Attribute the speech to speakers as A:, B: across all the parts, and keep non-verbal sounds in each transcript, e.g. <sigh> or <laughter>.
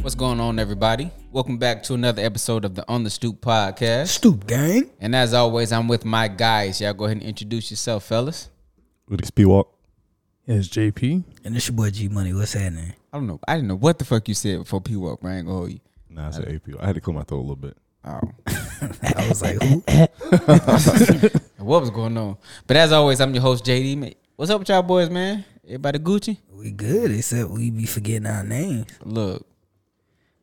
A: What's going on, everybody? Welcome back to another episode of the On the Stoop podcast.
B: Stoop gang.
A: And as always, I'm with my guys. Y'all go ahead and introduce yourself, fellas.
C: With this walk.
D: It's JP.
B: And it's your boy G Money. What's happening?
A: I don't know. I didn't know what the fuck you said before P Walk, but I ain't gonna hold you.
C: Nah, I said AP. I had to clear my throat a little bit.
A: Oh.
B: I was like, who?
A: what was going on? But as always, I'm your host, JD. Ma- What's up with y'all boys, man? Everybody Gucci?
B: we good, except we be forgetting our names.
A: Look,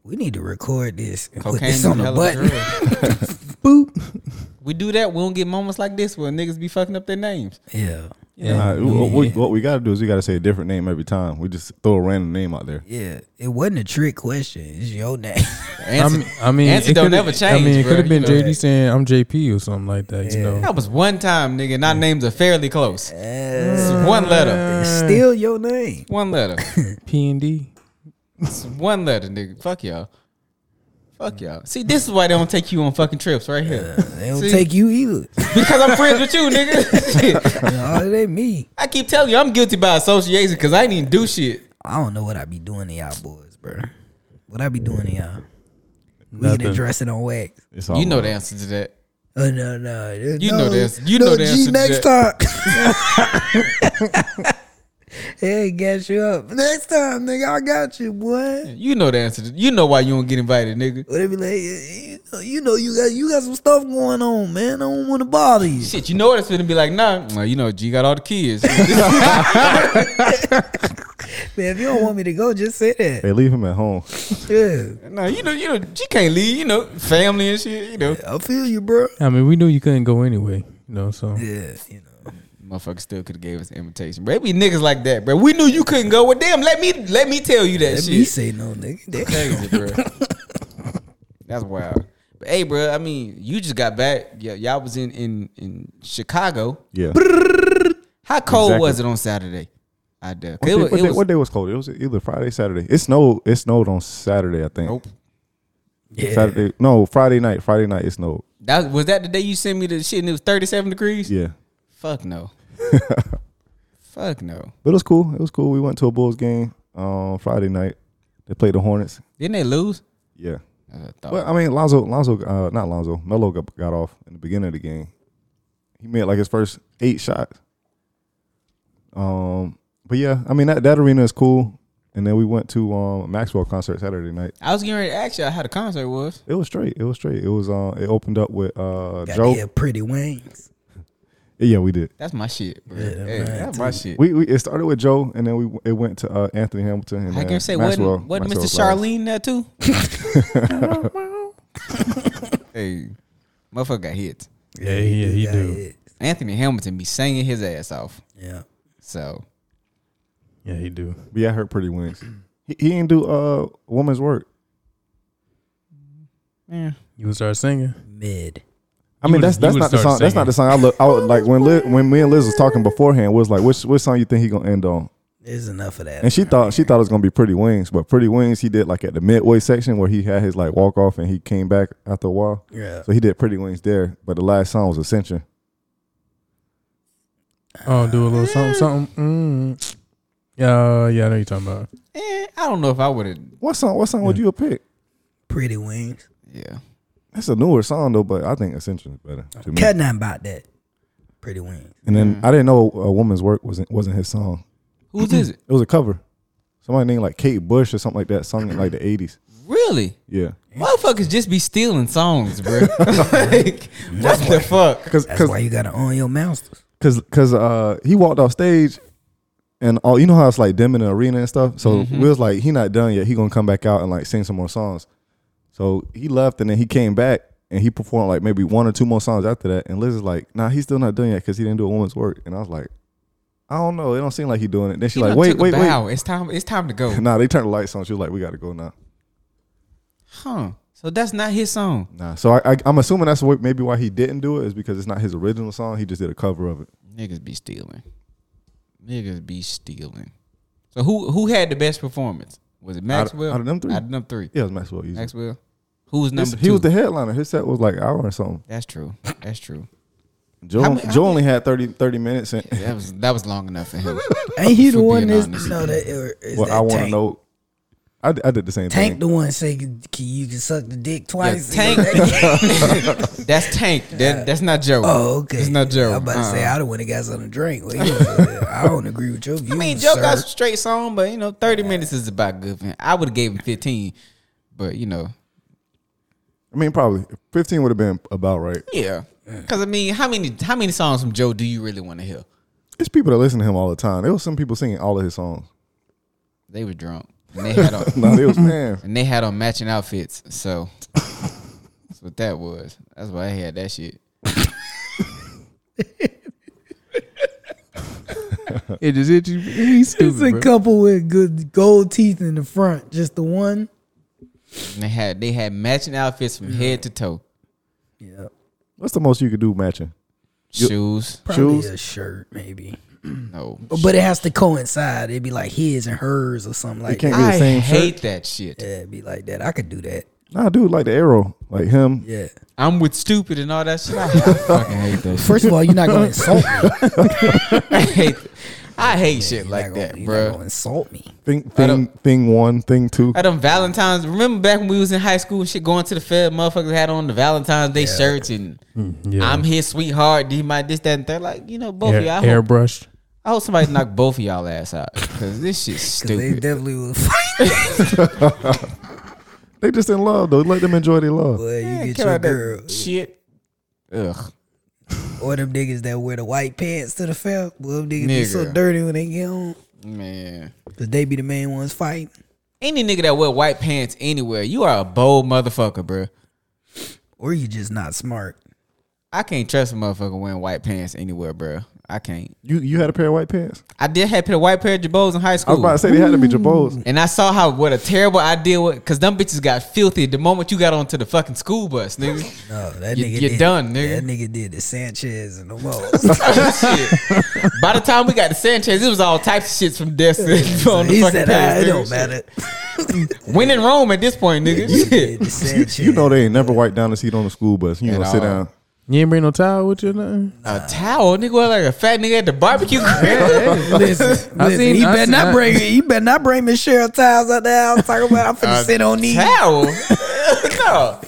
B: We need to record this and put
A: cocaine
B: this
A: is
B: on
A: a
B: the
A: hell of a
B: button.
A: drug.
B: <laughs> Boop.
A: We do that, we don't get moments like this where niggas be fucking up their names.
B: Yeah.
C: Nah, what- what, what we got to do is we got to say a different name every time. We just throw a random name out there.
B: Yeah. It wasn't a trick question. It's your name. <laughs>
A: The
D: I
A: answer-
D: mean, I mean,
A: answer
D: it
A: don't
D: coulda-
A: never change,
D: I mean, it
A: bruh,
D: could have been
A: you know.
D: JD saying I'm JP or something like that. You know,
A: that was one time, nigga, and our names are fairly close. It's one letter.
B: It's still your name.
A: One letter.
D: P and D.
A: It's one letter, nigga. Fuck y'all. Fuck y'all. See, this is why they don't take you on fucking trips right here.
B: They don't
A: See?
B: take
A: <laughs>
B: you either.
A: Because I'm friends with you,
B: <laughs>
A: nigga. Shit.
B: no, it ain't me.
A: I keep telling you, I'm guilty by association because I ain't even do shit.
B: I don't know what I be doing to y'all boys, bro. What I be doing to y'all? We can
D: Nothing.
B: address it on wax.
C: It's all
A: you know
C: mine.
A: the answer to that.
B: Oh no, no.
A: You
B: no,
A: know this. You
B: no,
A: know the answer
B: G
A: to
B: next time. <laughs> hey, guess you up. Next time, nigga, I got you, boy.
A: You know the answer. To, you know why you don't get invited, nigga.
B: What it be like? eh, eh, You know, you got you got some stuff going on, man. I don't want to
A: <laughs>
B: bother you.
A: Shit, you know what it's gonna be like. Nah, well, you know, G got all the
B: <laughs>
A: kids.
B: Man, if you don't want me to go, just say that.
C: Hey, leave him at home.
B: Yeah,
A: nah, you know, you know, G can't leave. You know, family and shit. You know,
B: I feel you, bro.
D: I mean, we knew you couldn't go anyway. You know, so
B: Yeah, you know.
A: motherfucker still could have gave us an invitation. Bro, it be niggas like that, bro. We knew you couldn't go. Well, damn, let me let me tell you that
B: Let
A: shit.
B: me say no, nigga.
A: <laughs>
B: That-
A: Crazy, bro. <laughs> That's wild. But hey, bro, I mean, you just got back. Yeah, y'all was in in in Chicago.
C: Yeah.
A: How cold
C: Exactly.
A: was it on Saturday? I did.
C: What,
A: It
C: day,
A: was,
C: what,
A: it
C: day,
A: was-
C: what day was cold? It was either Friday, Saturday. It snowed. It snowed on Saturday, I think.
A: Nope.
B: Yeah.
C: Saturday. No, Friday night. Friday night it snowed.
A: That was that the day you sent me the shit and it was thirty seven degrees.
C: Yeah,
A: Fuck
C: <laughs>
A: no. Fuck no.
C: but it was cool. It was cool. We went to a Bulls game um, Friday night. They played the Hornets.
A: Didn't they lose?
C: Yeah.
A: I thought.
C: Well, I mean, Lonzo, Lonzo, uh, not Lonzo, Melo got, got off in the beginning of the game. He made like his first eight shots. Um, but yeah, I mean that, that arena is cool. And then we went to um, a Maxwell concert Saturday night.
A: I was getting ready to ask y'all how the concert was.
C: It was straight. It was straight. It was um, it opened up with uh,
B: Got
C: Joe.
B: to have pretty wings.
C: Yeah, we did.
A: That's my shit, bro.
B: Yeah,
A: Hey,
B: man,
A: that's my shit.
C: We, we it started with Joe, and then we it went to uh, Anthony Hamilton. And
A: I
C: then
A: can say wasn't,
C: Maxwell,
A: wasn't
C: Maxwell
A: Mr.
C: Flowers.
A: Charlene there too?
C: <laughs>
A: hey, motherfucker got hit.
D: yeah, yeah, he
B: Yeah,
D: do.
A: Anthony Hamilton be singing his ass off.
B: Yeah.
A: So
D: Yeah, he do.
C: But yeah, I heard Pretty Wings. He, he didn't do uh woman's work.
D: You would start singing.
B: Mid.
C: I
D: You
C: mean,
D: would've-
C: that's
D: you
C: that's
D: would've
C: not the
D: started
C: song. That's not the song. I look. I would, like when Liz, when me and Liz was talking beforehand, we was like, which which song you think he gonna end on?
B: There's enough of that.
C: And she thought she thought it was gonna be Pretty Wings, but Pretty Wings he did like at the midway section where he had his like walk off and he came back after a while.
B: yeah.
C: So he did Pretty Wings there, but the last song was Ascension.
D: Oh, do a little something, something. Mm. Yeah, uh, yeah, I know you're talking about.
A: eh, I don't know if I would have.
C: What song? What song would you have picked?
B: Pretty wings.
A: Yeah,
C: That's a newer song though, but I think Ascension is better to me.
B: Cut nothing about that. Pretty wings.
C: And then I didn't know a woman's work wasn't wasn't his song.
A: whose
C: <laughs>
A: is it?
C: It was a cover. Somebody named like Kate Bush or something like that sung it in like the eighties.
A: Really,
C: Yeah.
A: motherfuckers just be stealing
C: <laughs>
A: songs, bro. like, what the fuck?
C: Cause,
B: That's
C: 'cause-
B: why you gotta own your masters.
C: cause cause uh he walked off stage and all you know how it's like dim in the arena and stuff. So
A: Mm-hmm.
C: we was like, he not done yet. He gonna come back out and like sing some more songs. So he left and then he came back and he performed like maybe one or two more songs after that. And Liz is like, nah, he's still not done yet because he didn't do a woman's work. And I was like, I don't know. It don't seem like he doing it. Then she's
A: He
C: like,
A: done
C: wait,
A: took a
C: wait, wait.
A: bow. It's time. It's time to
C: <laughs>
A: go.
C: Nah, they turned the lights on. She was like, we gotta go now.
A: Huh? So that's not his song.
C: Nah, so I, I I'm assuming that's what maybe why he didn't do it is because it's not his original song. He just did a cover of it.
A: Niggas be stealing. Niggas be stealing. So who who had the best performance? Was it
C: Out of-
A: Maxwell?
C: out of them three?
A: Out of them three.
C: Yeah, it was Maxwell. Easy.
A: Maxwell. Who was
C: His-
A: number two?
C: he was the headliner. His set was like an hour or something.
A: That's true. That's true.
C: Joe,
A: How many- how
C: Joe
A: many-
C: only had 30, 30 minutes. <laughs> And,
A: That
B: <laughs>
A: was that was long enough for him.
B: <laughs> Ain't he the
A: For being
B: one that's
A: honest.
B: no that or is
C: well,
B: that
C: I want to
B: Tank?
C: know. I, d- I did the same
B: Tank
C: thing.
B: the one say can you can suck the dick twice.
A: Tank. that's Tank. That, that's not Joe.
B: <laughs> oh, okay.
A: It's not Joe.
B: I'm about to say
A: Uh-uh.
B: I don't want to got something to drink.
A: <laughs>
B: Well, you know, I don't agree with your views.
A: I mean, Joe
B: sir.
A: got some straight song, but you know, thirty minutes is about good. Man. I would have gave him fifteen, but you know,
C: I mean, probably fifteen would have been about right.
A: yeah. Because I mean, how many how many songs from Joe do you really want to hear?
C: It's people that listen to him all the time. There was some people singing all of his songs. <laughs>
A: They were drunk. And they had
B: <laughs>
A: on
C: No, it was man.
A: and they had on matching outfits, so that's what that was. That's why I had that shit.
D: It just it,
B: It's
D: he's
B: a
D: stupid. Bro.
B: couple with good gold teeth in the front, just the one.
A: And they had they had matching outfits from head to toe,
B: Yeah,
C: What's the most you could do matching?
A: shoes.
B: probably
C: Shoes?
B: a shirt, maybe,
A: No,
B: but it has to coincide. It'd be like his and hers or something like
C: can't
B: that.
C: be the
A: I
C: same
A: hate that shit.
B: Yeah, it'd be like that. I could do that.
C: Nah, dude, like the arrow, like him.
B: Yeah.
A: I'm with stupid and all that shit. I
B: <laughs>
A: fucking hate that. Shit.
B: First of all, you're not
A: <laughs>
B: gonna insult me.
A: I hate, I hate shit
B: You're
A: like
B: not gonna-
A: that,
B: you're
A: bro.
B: not gonna insult me.
C: Thing,
A: I
C: thing, thing one, thing two.
A: At them Valentine's, remember back when we was in high school and shit, going to the Fed, motherfuckers had on the Valentine's Day shirts and
B: Mm,
D: yeah.
A: I'm his sweetheart, D my this, that, and they're like, you know, both of y'all.
D: Hair,
A: I hope,
D: airbrushed.
A: I hope somebody knock both of y'all ass out. Cause this shit's
B: <laughs> 'Cause They
A: stupid.
B: definitely will <laughs> fight.
C: They just in love though. Let them enjoy their love.
B: Boy, you get
A: Care
B: your
A: about that
B: girl.
A: Shit. Ugh.
B: Or them niggas that wear the white pants to the field. Well, them niggas be so
A: Nigga.
B: dirty when they get home.
A: Man.
B: Cause they be the main ones fighting.
A: Any nigga that wear white pants anywhere, you are a bold motherfucker, bro.
B: Or you just not smart.
A: I can't trust a motherfucker wearing white pants anywhere, bro. I can't.
C: You you had a pair of white pants.
A: I did have a white pair of Jabos in high
C: I
A: school.
C: was about to say they had to be Jabos.
A: And I saw how what a terrible idea was because them bitches got filthy the moment you got onto the fucking school bus,
C: <laughs>
A: nigga.
B: No, that
A: You-
B: nigga
A: you
B: did,
A: done, nigga.
B: That nigga did the Sanchez and the Mo.
A: Shit. By the time we got to Sanchez, it was all types of shits from death <laughs> on the
B: he
A: fucking
B: said, ah,
A: page. nigga.
B: it don't matter.
A: When in Rome at this point, nigga.
B: You
A: Shit.
B: did the Sanchez.
C: You know they ain't never wiped down the seat on the school bus. You
A: At
C: gonna sit
A: all.
C: down.
D: You ain't bring no towel with you. or Nothing.
A: A towel, nigga, was like a fat nigga at the
B: <laughs>
A: barbecue grill.
B: Listen, listen,
D: I seen-
B: he
D: I
B: better
D: seen-
B: not
D: I-
B: bring he better not bring Michelle Tiles out there. I'm talking about I'm finna sit on these.
A: towel. no.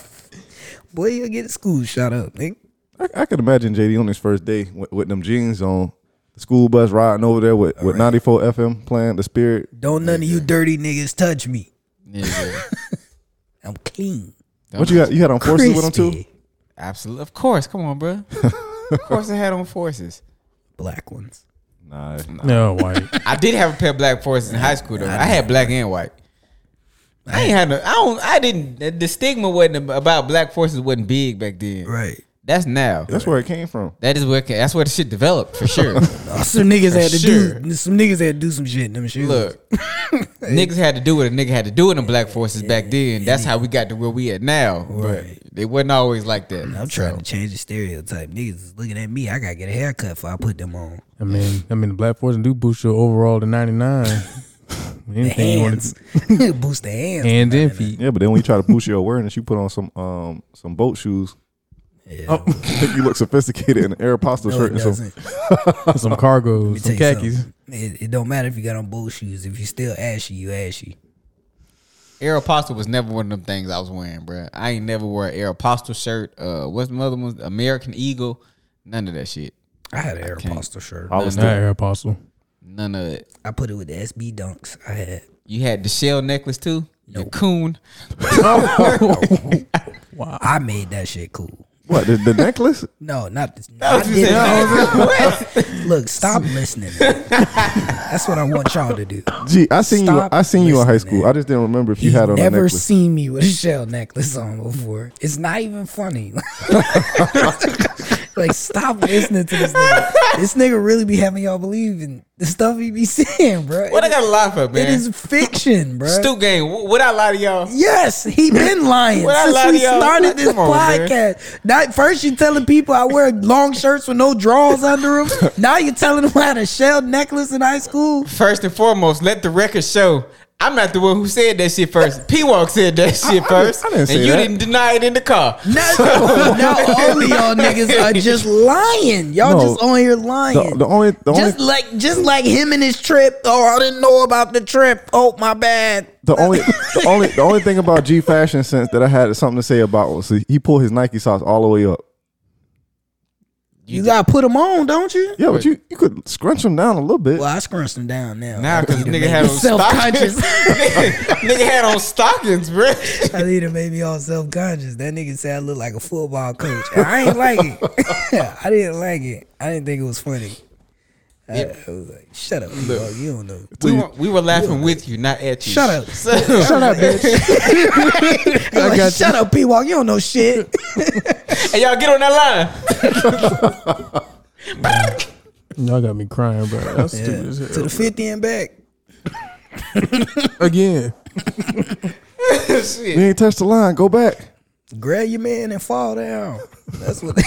B: Boy, you'll get the school shot up, nigga.
C: I, I could imagine JD on his first day with, with them jeans on, the school bus riding over there with, with 94 FM playing the spirit.
B: Don't none of you dirty niggas touch me.
A: Nigga,
B: I'm clean.
C: What you got? You had on forces with them too.
B: Crispy.
A: Absolutely. Of course. Come on, bro. Of course I had on forces.
B: Black ones.
C: Nah,
D: No, white.
A: I did have a pair of black forces in high school though. I had black and white. I ain't had no. I don't. I didn't. the- The stigma wasn't about black forces wasn't big back then.
B: Right.
A: That's now.
C: that's where it came from.
A: That is where. it ca- That's where the shit developed for sure.
B: Some niggas had to
A: sure.
B: do some niggas had to do some shit in them shoes.
A: Look, niggas had to do what a nigga had to do in the black forces back then. That's how we got to where we at now.
B: Right.
A: But it wasn't always like that.
B: I'm trying to change the stereotype. Niggas is looking at me. I gotta get a haircut before I put them on.
D: I mean, I mean, the Black Force and do boost your overall to ninety nine.
B: The
D: Anything you want
B: hands. <laughs>
D: to
B: Boost the hands.
D: hands and feet.
C: Yeah, but then when you try to boost your awareness, you put on some um some boat shoes.
B: Yeah.
C: I think you look sophisticated in an Air Apostle
B: No,
C: shirt
B: it
C: and some
B: doesn't.
D: some
B: Let
D: cargos,
B: me
D: some
B: tell you
D: khakis.
B: something. It, it don't matter if you got on bull shoes. If you still ashy, you ashy.
A: Air Apostle was never one of them things I was wearing, bruh. I ain't never wore an Air Apostle shirt. Uh, what's the other ones? American Eagle. None of that shit.
B: I had an Air Apostle shirt.
C: I
D: Not Air Apostle.
A: None of it.
B: I put it with the SB dunks. I had.
A: You had the shell necklace too. Your coon.
B: I made that shit cool.
C: What the, the necklace?
B: No, not this. I
A: <laughs>
B: did Look, stop listening. That's what I want y'all to do.
C: Gee, I seen
B: Stop
C: you. I seen you in high
B: listening.
C: school. I just didn't remember if you
B: You've
C: had on a
B: never
C: necklace.
B: seen me with a shell necklace on before. It's not even funny. <laughs> like, stop listening to this nigga. This nigga really be having y'all believe in the stuff he be <laughs> saying, bro.
A: What I got to lie for,
B: it
A: man?
B: is fiction, bro.
A: Stu gang. wh- What I lie to y'all?
B: Yes, he been lying
A: Well, I
B: since
A: lied
B: we
A: to y'all.
B: started this
A: Come on, man.
B: podcast. Now, first you telling people I wear long shirts with no drawers under them. now you telling them I had a shell necklace in high school.
A: First and foremost, let the record show I'm not the one who said that shit first. P Walk said that shit
C: I
A: first,
C: didn't say
A: and you
C: that.
A: didn't deny it in the car.
C: <laughs>
B: Not, not only y'all niggas are just lying. Y'all
C: No.
B: just on here lying.
C: The, the only the only
B: just like just like him and his trip. Oh, I didn't know about the trip. Oh, my bad.
C: the
B: <laughs>
C: only the only the only thing about G fashion sense that I had something to say about was he pulled his Nike socks all the way up.
B: You, gotta put them on, don't you?
C: Yeah, but you you could scrunch them down a little bit.
B: Well, I scrunched them down now. <laughs>
A: Nah,
B: I
A: because
B: need to
A: nigga
B: make
A: had
B: me
A: on stockings.
B: self-conscious. <laughs>
A: nigga had on stockings, bro.
B: I need to make me all self conscious. That nigga said I look like a football coach. I ain't like it. <laughs> I didn't like it. I didn't think it was funny. I, I was like, shut up, dog. You don't know.
A: We were, we were laughing with you, not at you.
B: Shut
A: <laughs>
B: up.
A: So-
B: Shut up, bitch. I like, Shut up, P Walk. You don't know shit.
C: <laughs>
A: hey, y'all get on that line. <laughs>
D: Y'all got me crying, bro. That's
B: Yeah.
D: stupid as
B: To
D: hell.
B: the 50 and back.
D: Again.
C: <laughs> You ain't touched the line. Go back.
B: Grab your man and fall down. That's what <laughs>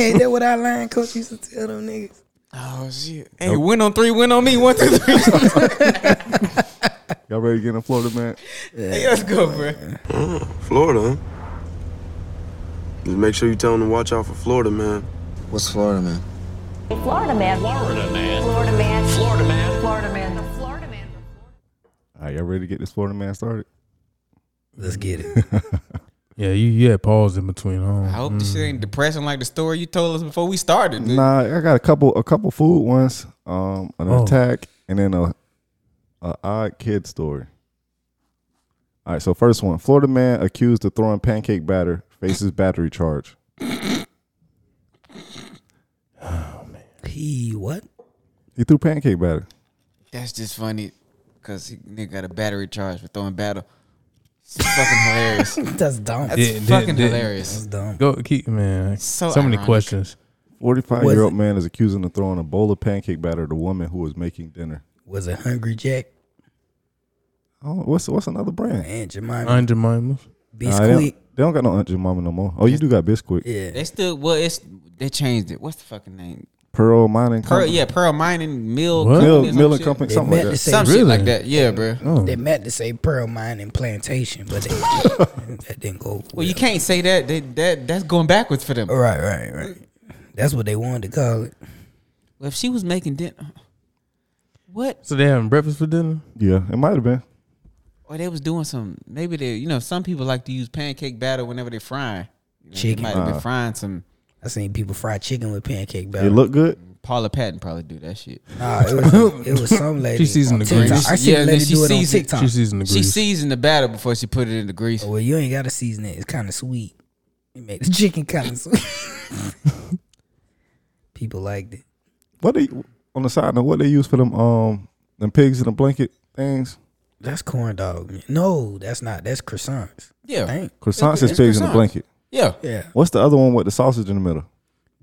B: ain't that what our line coach used to tell them niggas?
A: Oh shit! Hey, win on three, win on me. One, two, three.
C: Y'all ready to get in Florida, man?
A: Hey, let's go, bro.
E: Florida. huh? Just make sure you tell them to watch out for Florida, man.
F: What's Florida, man?
G: Florida man. Florida man. Florida man. Florida man. Florida man. Florida man.
C: All right, y'all ready to get this Florida man started?
B: Let's get it.
D: Yeah, you, you had pause in between.
A: I
D: Huh?
A: hope this shit ain't depressing like the story you told us before we started. dude.
C: Nah, I got a couple a couple food ones, um, an
D: Oh.
C: attack, and then a, a odd kid story. All right, so first one: Florida man accused of throwing pancake batter faces battery charge.
B: <laughs> He what?
C: He threw pancake batter.
A: That's just funny because nigga got a battery charge for throwing battle. It's fucking hilarious. <laughs> That's
B: That's dumb.
D: Yeah, it did,
A: fucking
D: it did.
B: That's
A: hilarious.
B: dumb.
D: Go keep man.
A: So
D: So, many
A: ironic.
D: questions.
C: Forty-five
B: Was
C: year
B: it-
C: old man is accusing of throwing a bowl of pancake batter at a woman who was making dinner.
B: Was it Hungry Jack
C: Oh, what's what's another brand?
B: and Jemima
D: Mind your mind.
C: Nah, they,
B: Biscuit?
C: don't, they don't got no Aunt Jemima no more. Oh, you do got Bisquick,
B: Yeah.
A: They still well, it's they changed it. What's the fucking name?
C: Pearl Mining
A: Pearl,
C: Company,
A: yeah, Pearl Mining Mill,
D: What?
A: Company or
C: Mill,
A: some
C: Mill and
A: shit.
C: Company, Oh,
B: They
C: something like
B: meant
C: that.
B: to say
A: some shit
D: Really?
A: like that. Yeah, bro.
B: they meant to say Pearl Mine and Plantation, but they, that didn't go.
A: Well, you can't say that. They, that that's going backwards for them.
B: Right, right, right. That's what they wanted to call it.
A: Well, If she was making dinner, what?
D: So they having breakfast for dinner?
C: Yeah, it might have been.
A: Or they was doing some. Maybe they, you know, some people like to use pancake batter whenever they're frying. You know, they
B: Chicken.
A: might have
C: Uh.
A: been frying some.
B: I seen people fry chicken with pancake batter.
C: It looked good.
A: Paula Patton probably do that shit.
B: Nah, it was, it was some lady.
D: seasoned
B: on
D: the grease.
B: TikTok. I seen
A: Yeah,
B: a
A: and then
B: lady
A: she
B: do it on
A: seasoned-
B: TikTok.
D: She seasoned the
A: She
D: grease.
A: seasoned the batter before she put it in the grease.
B: Oh, Well, you ain't gotta season it. It's kind of sweet. It made the <laughs> chicken kind of sweet. People liked it.
C: What they on the side note? What they use for them um them pigs in the blanket things?
B: That's corn dog. man. No, that's not. That's croissants.
A: Yeah,
B: Dang.
C: Croissants
A: It's
C: is pigs in the
A: croissants.
C: blanket.
A: yeah.
B: Yeah.
C: What's the other one with the sausage in the middle?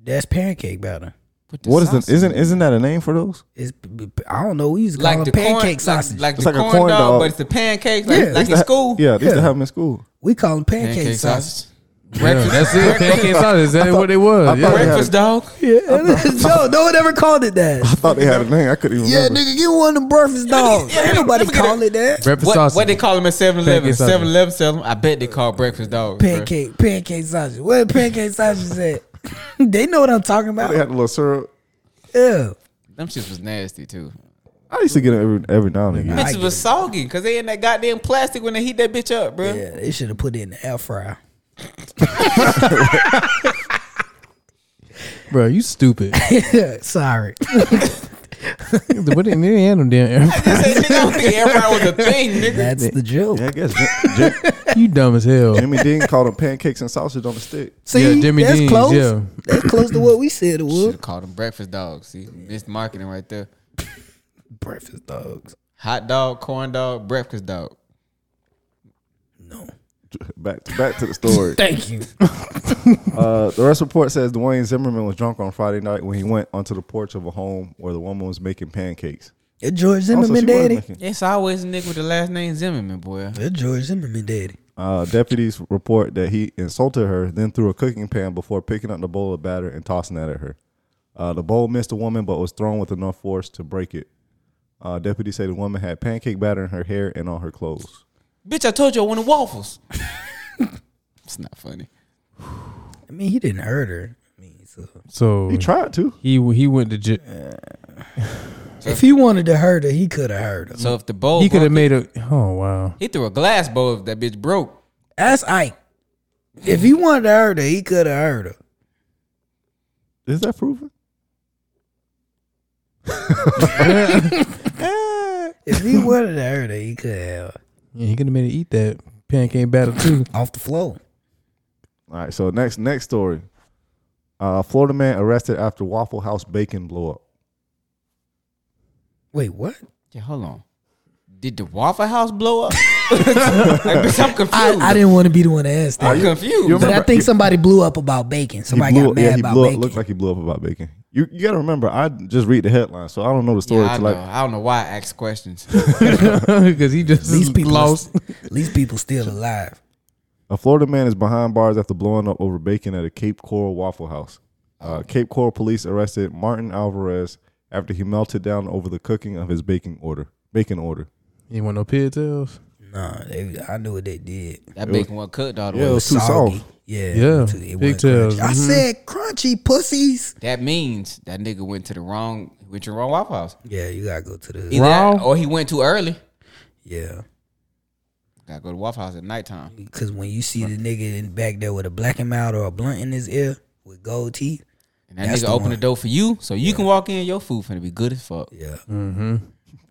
B: That's pancake batter.
A: Put the
C: What is
A: sausage
C: the isn't
A: in.
C: isn't that a name for those?
B: It's b- b- I don't know. We used to call
A: like
B: them
A: the
B: pancake
A: corn,
B: sausage.
A: Like, like
C: It's
A: the
C: like a
A: corn,
C: corn
A: dog,
C: dog.
A: but it's the pancakes. Like,
B: Yeah.
A: like in
C: That-
A: school.
C: Yeah, they used
B: Yeah.
C: to have them in school.
B: we call them pancake,
A: pancake
B: sausage.
A: sausage.
D: Yeah,
A: Breakfast,
D: that's
C: <laughs>
D: it. Pancake sausage. Is that what it was?
C: thought-
D: Yeah.
A: breakfast dog.
B: <laughs> no, no one ever called it that.
A: <laughs>
C: I thought they had a name. I couldn't even
B: Yeah,
C: remember.
B: nigga, get one of the breakfast dogs.
A: Yeah,
B: Ain't nobody
A: let me get
B: call
A: it.
B: it that.
D: Breakfast
A: What,
D: sausage.
A: what they call them at 7 Eleven?
D: Pancake sausage.
A: 7 Eleven sells them. I bet they call breakfast dogs. bruh.
B: Pancake, pancake sausage. Where pancake sausage at? <laughs> they know what I'm talking
C: They
B: about.
C: had a little syrup.
B: Ew.
A: Them shits was nasty too.
C: I used to get them every every now and again.
A: Bitches was soggy because they in that goddamn plastic when they heat that bitch up, bro.
B: Yeah, they should have put it in the air fryer.
D: bro,
A: <laughs>
D: you stupid.
B: <laughs> Sorry.
D: what in the end of damn
A: I said, <laughs> nigga, I don't think air fryer was a thing, nigga.
B: That's the joke.
C: Yeah, I guess Jim- Jim-
D: You dumb as
C: <laughs>
D: hell.
C: Jimmy Dean called them pancakes and sausage on the stick.
B: See,
D: Yeah, Jimmy
B: that's
D: Dean's,
B: close.
D: yeah.
B: That's close to what we said it
A: Should
B: was.
A: have called them breakfast dogs. See, missed marketing right there.
B: Breakfast dogs.
A: Hot dog, corn dog, breakfast dog.
B: No.
C: Back back to the story.
B: <laughs> Thank you.
C: <laughs> Uh, the rest report says Dwayne Zimmerman was drunk on Friday night when he went onto the porch of a home where the woman was making pancakes.
B: That George
C: Also,
B: Zimmerman
C: she was
B: daddy.
C: making-
A: It's always a nigga with the last name Zimmerman,
B: <laughs>
A: boy.
B: That George Zimmerman daddy.
C: Uh, deputies report that he insulted her, then threw a cooking pan before picking up the bowl of batter and tossing that at her. Uh, the bowl missed the woman, but was thrown with enough force to break it. Uh, deputies say the woman had pancake batter in her hair and on her clothes.
A: Bitch, I told you I wanted
B: <laughs>
A: waffles. Mm. it's not funny.
B: I mean, he didn't hurt her. I mean, so
D: So
B: Mm.
C: He tried to.
D: he he went to jail.
B: if he wanted to hurt her, he could have hurt her.
A: So if the bowl,
D: He could have
A: broke,
D: made a. Oh wow.
A: He threw a glass bowl if that bitch broke.
B: That's Ike. If he wanted to hurt her, he could have hurt her.
C: Is that proven?
B: If
C: <laughs>
B: he wanted to hurt her, he could have
D: Yeah, he could have made her eat that pancake batter too. <laughs>
B: off the floor.
C: All right. So next next story. Uh, Florida man arrested after Waffle House bacon blow up.
B: Wait, what?
A: Yeah, hold on. Did the Waffle House <laughs> blow up? like, bitch, I'm confused.
B: I, I didn't want to be the one to ask that,
A: am confused.
C: you
B: but I
C: remember-
B: think
C: you-
B: somebody blew up about bacon. Somebody
C: he blew,
B: got
C: up-
B: mad
C: yeah, he
B: about
C: blew
B: bacon.
C: up. Looked like he blew up about bacon. You you gotta remember, I just read the headline, so I don't know the story.
A: yeah, I,
C: till,
A: know.
C: like,
A: I don't know why I ask
B: <laughs>
A: questions.
D: Because he just
B: These people,
D: lost.
B: these people still alive.
C: A Florida man is behind bars after blowing up over bacon at a Cape Coral Waffle House.
A: Oh.
C: Uh, Cape Coral police arrested Martin Alvarez after he melted down over the cooking of his bacon order. Bacon order.
D: You want no pigtails?
B: No, they, I knew what they did.
A: That bacon was cooked all the
C: Yeah, it
A: way.
C: was too
B: Soggy.
C: soft.
B: Yeah, Mm-hmm.
D: Yeah,
B: it wasn't
D: pigtails,
B: crunchy. I said crunchy pussies.
A: That means that nigga went to the wrong, went to the wrong Waffle House.
B: Yeah, you gotta go to the
A: Either that
D: Wrong?
A: or he went too early.
B: yeah.
A: Gotta go to Waffle House at nighttime.
B: Because when you see the nigga in back there with a black him out or a blunt in his ear with gold teeth,
A: And that
B: That's
A: nigga
B: the
A: opened
B: one.
A: the door for you, so you can walk in. Your food finna be good as fuck.
B: yeah, mm-hmm.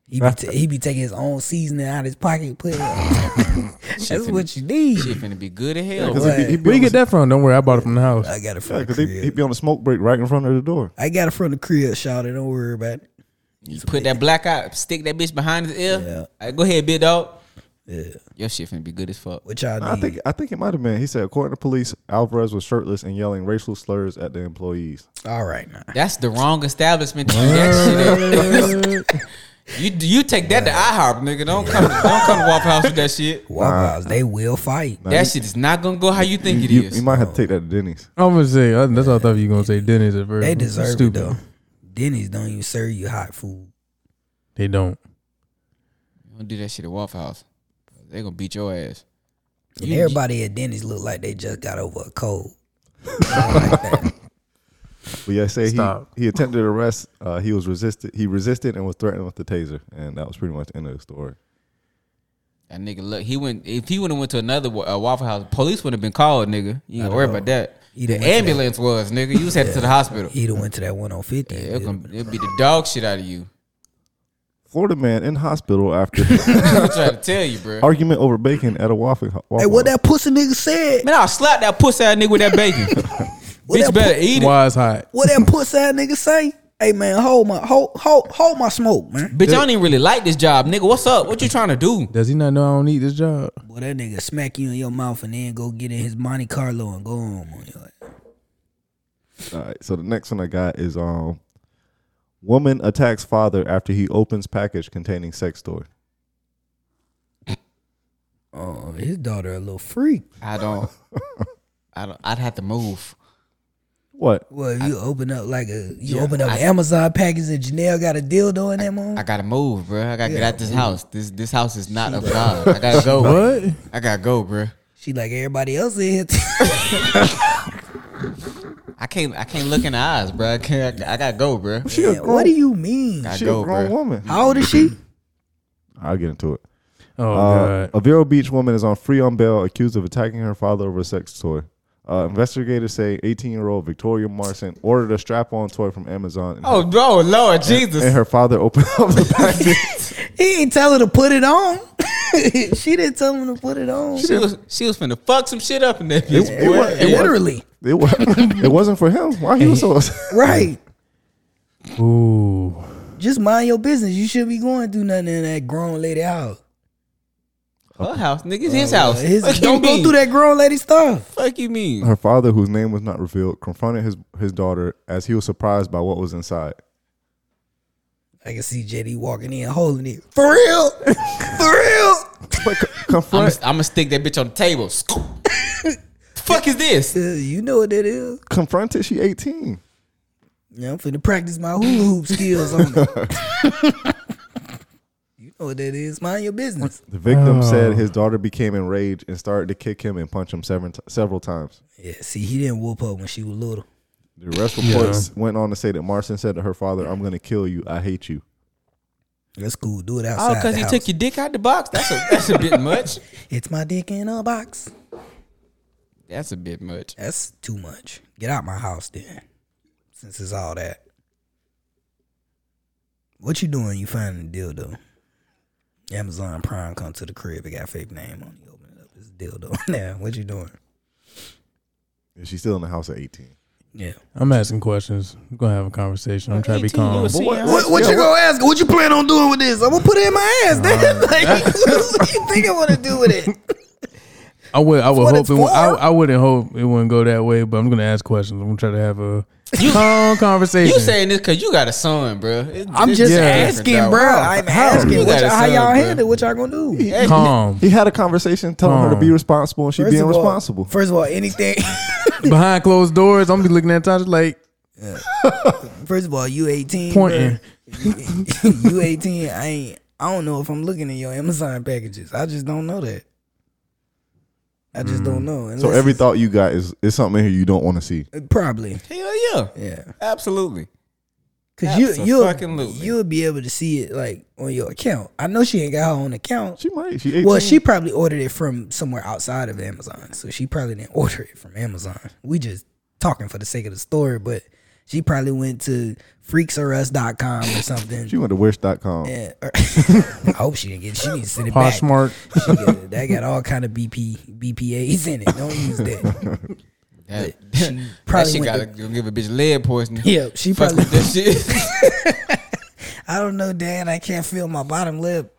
B: he be ta- he be taking his own seasoning out of his pocket, put it. <laughs> That's what you need.
A: Shit finna be good as hell.
C: Because he'd be, he'd be
D: Where
C: on
D: you get
C: the,
D: that from? Don't worry, I bought it from
A: <laughs>
D: the house.
B: I got it
C: yeah,
B: from the
C: 'cause he'd-
B: crib.
C: he'd be on the smoke break right in front of the door.
B: I got it from the crib, shout Don't worry about it.
A: You put that black out, stick that bitch behind his ear.
B: Yeah.
A: All right, go ahead, big dog.
B: Yeah,
A: Your shit finna be good as fuck.
B: what y'all need?
C: I think I think it might have been. He said, according to police, Alvarez was shirtless and yelling racial slurs at the employees.
B: All right now.
A: That's the wrong establishment to do that
D: <laughs>
A: shit at. You you take that to IHOP, nigga. Don't come don't come to Waffle House with that shit.
B: Waffles, they will fight.
A: That shit is not gonna go how you think it
C: You, you
A: is.
C: might have to take that to Denny's.
D: I'm gonna say uh, that's what I thought you were gonna say. Denny's at first.
B: They deserve
D: Stupid.
B: it though. Denny's don't even serve you hot food.
D: They don't.
A: Don't do that shit at Waffle House. They gonna beat your ass.
B: And
A: You-
B: everybody at Denny's look like they just got over a cold.
C: But yeah, say he
D: Stop.
C: he attempted arrest. Uh, he was resisted. He resisted and was threatened with the taser, and that was pretty much the end of the story.
A: That nigga, look, he went. If he would have went to another wa- uh, Waffle House, police would have been called, nigga. You ain't worry about that.
B: He
A: the
B: done went to that-
A: ambulance was, nigga. You was headed to the hospital.
B: He done went to that one on fifty.
A: It'll, gonna- it'll be the dog shit out of you. <laughs>
C: Florida man in hospital after
A: I'm trying to tell you, bro.
C: argument over bacon at a waffle. waffle
B: Hey, what
C: House.
B: that pussy nigga said?
A: Man, I'll slap that pussy ass nigga with that bacon.
B: What
A: Bitch
B: that
A: better eat it.
D: Why it's hot?
B: What that pussy ass nigga say? Hey man, hold my hold hold hold my smoke, man.
A: Bitch, I don't even really like this job, nigga. What's up? What you trying to do?
D: Does he not know I don't need this job?
B: Boy, that nigga smack you in your mouth and then go get in his Monte Carlo and go home on you. Like,
C: All right. So the next one I got is um, woman attacks father after he opens package containing sex toy.
B: oh, his daughter a little freak.
A: I don't. I don't. I'd have to move.
C: What?
B: Well, if you open up like a you open up Amazon package and Janelle got a dildo in that moment.
A: I gotta move, bro. I gotta get out this house. This this house is not of God. I gotta go.
D: What?
A: I gotta go, bro.
B: She like everybody else in here. <laughs>
A: I can't. I can't look in the eyes, bro. I can't. I, gotta go, bro.
C: She a
B: Man, what
C: grown,
B: do you mean?
A: I
C: she a
A: go,
C: grown
A: bro.
C: woman.
B: How old is she?
C: I'll get into it.
D: Oh
C: Uh,
D: god.
C: a Vero Beach woman is on free on bail accused of attacking her father over a sex toy. Uh, investigators say 18-year-old Victoria Marson ordered a strap-on toy from Amazon, and,
A: Oh, bro, Lord
C: and
A: Jesus.
C: her father opened up the
A: <laughs>
C: package.
B: He didn't tell her to put it on. <laughs> she didn't tell him to put it on.
A: She was she was finna fuck some shit up in that bitch.
C: it
A: boy.
C: wa- it wa-
B: Literally,
C: It, wa- it wasn't for him. Why he was so
B: right?
D: Ooh.
B: Just mind your business. You shouldn't be going through nothing in that grown lady house.
A: her house, nigga. It's his house.
B: Oh, His-
A: Fuck you
B: don't go
A: mean?
B: through that grown lady stuff.
A: Fuck you mean?
C: Her father, whose name was not revealed, confronted his, his daughter as he was surprised by what was inside.
B: I can see JD walking in holding it. For real? <laughs> For real?
C: But
A: <laughs>
C: c-
A: I'm
C: confront,
A: gonna stick that bitch on the table. Scoop. Fuck is this?
B: Uh, you know what that is.
C: confronted, she 18.
A: <laughs>
B: Yeah, I'm finna practice my hula hoop skills on her. know what that is. Mind your business.
C: The victim said
D: Oh.
C: his daughter became enraged and started to kick him and punch him several, t- several times.
B: Yeah, see, he didn't whoop her when she was little.
C: The arrest reports went on to say that Marston said to her father, "I'm going to kill you. I hate you."
B: That's cool. Do it
A: Oh,
B: outside.
A: because
B: the
A: he
B: house.
A: took your dick out the box. That's a that's a bit much.
B: It's my dick in a box.
A: That's a bit much.
B: That's too much. Get out my house then. Since it's all that. What you doing? You finding a dildo. Amazon Prime come to the crib. It got fake name on it. Open it up. It's a dildo. <laughs> now, what you doing?
C: And she's still in the house at 18.
B: Yeah.
D: I'm asking questions. I'm gonna have a conversation. I'm trying to be
A: 18, you
D: calm.
A: was seeing her-
B: What, what you gonna ask? What you plan on doing with this? I'm gonna put it in my ass. Then, <laughs> like, what do you think I want to do with it?
D: I would. I would
B: what
D: hope.
B: it's
D: It, would- I,
B: for.
D: I wouldn't hope it wouldn't go that way. But I'm gonna ask questions. I'm gonna try to have a calm conversation.
A: You saying this because you got a son, bro.
B: I'm just asking, bro. I'm asking
A: You
B: what
A: got
B: y'all,
A: a
B: how
A: son,
B: y'all
A: bro.
B: handle. What y'all gonna do?
D: calm
C: He had a conversation telling her to be
D: Oh.
C: responsible, and she
B: First
C: being
B: of all-
C: responsible.
B: First of all, anything. <laughs>
D: behind closed doors. I'm gonna be looking at Tasha like
B: First of all, you 18.
D: pointing.
B: bruh. you 18. I ain't. I don't know if I'm looking at your Amazon packages. I just don't know that. I just don't know.
C: Mm. so
B: Unless
C: every
B: it's-
C: thought you got is is something here you don't want to see.
B: probably,
A: Hell yeah,
B: yeah.
A: absolutely.
B: Cause you you
A: Abso-fucking-lutely.
B: you'll be able to see it like on your account. I know she ain't got her own account.
C: She might. She 18.
B: Well, she probably ordered it from somewhere outside of Amazon. So she probably didn't <laughs> order it from Amazon. We just talking for the sake of the story, but she probably went to freaksrus.com or something.
C: She went to wish.com.
B: Yeah, or- I hope she didn't get. She needs to send it back.
D: Poshmark.
B: She got, that got all kind of BP BPA's in it. Don't use that.
A: That, <laughs>
B: She
A: that
B: probably
A: shit
B: went
A: gotta
B: to-
A: go give a bitch lead poisoning.
B: Yeah, she
A: Fuck
B: probably.
A: with that shit.
B: <laughs>
A: <laughs>
B: I don't know, Dad. I can't feel my bottom lip.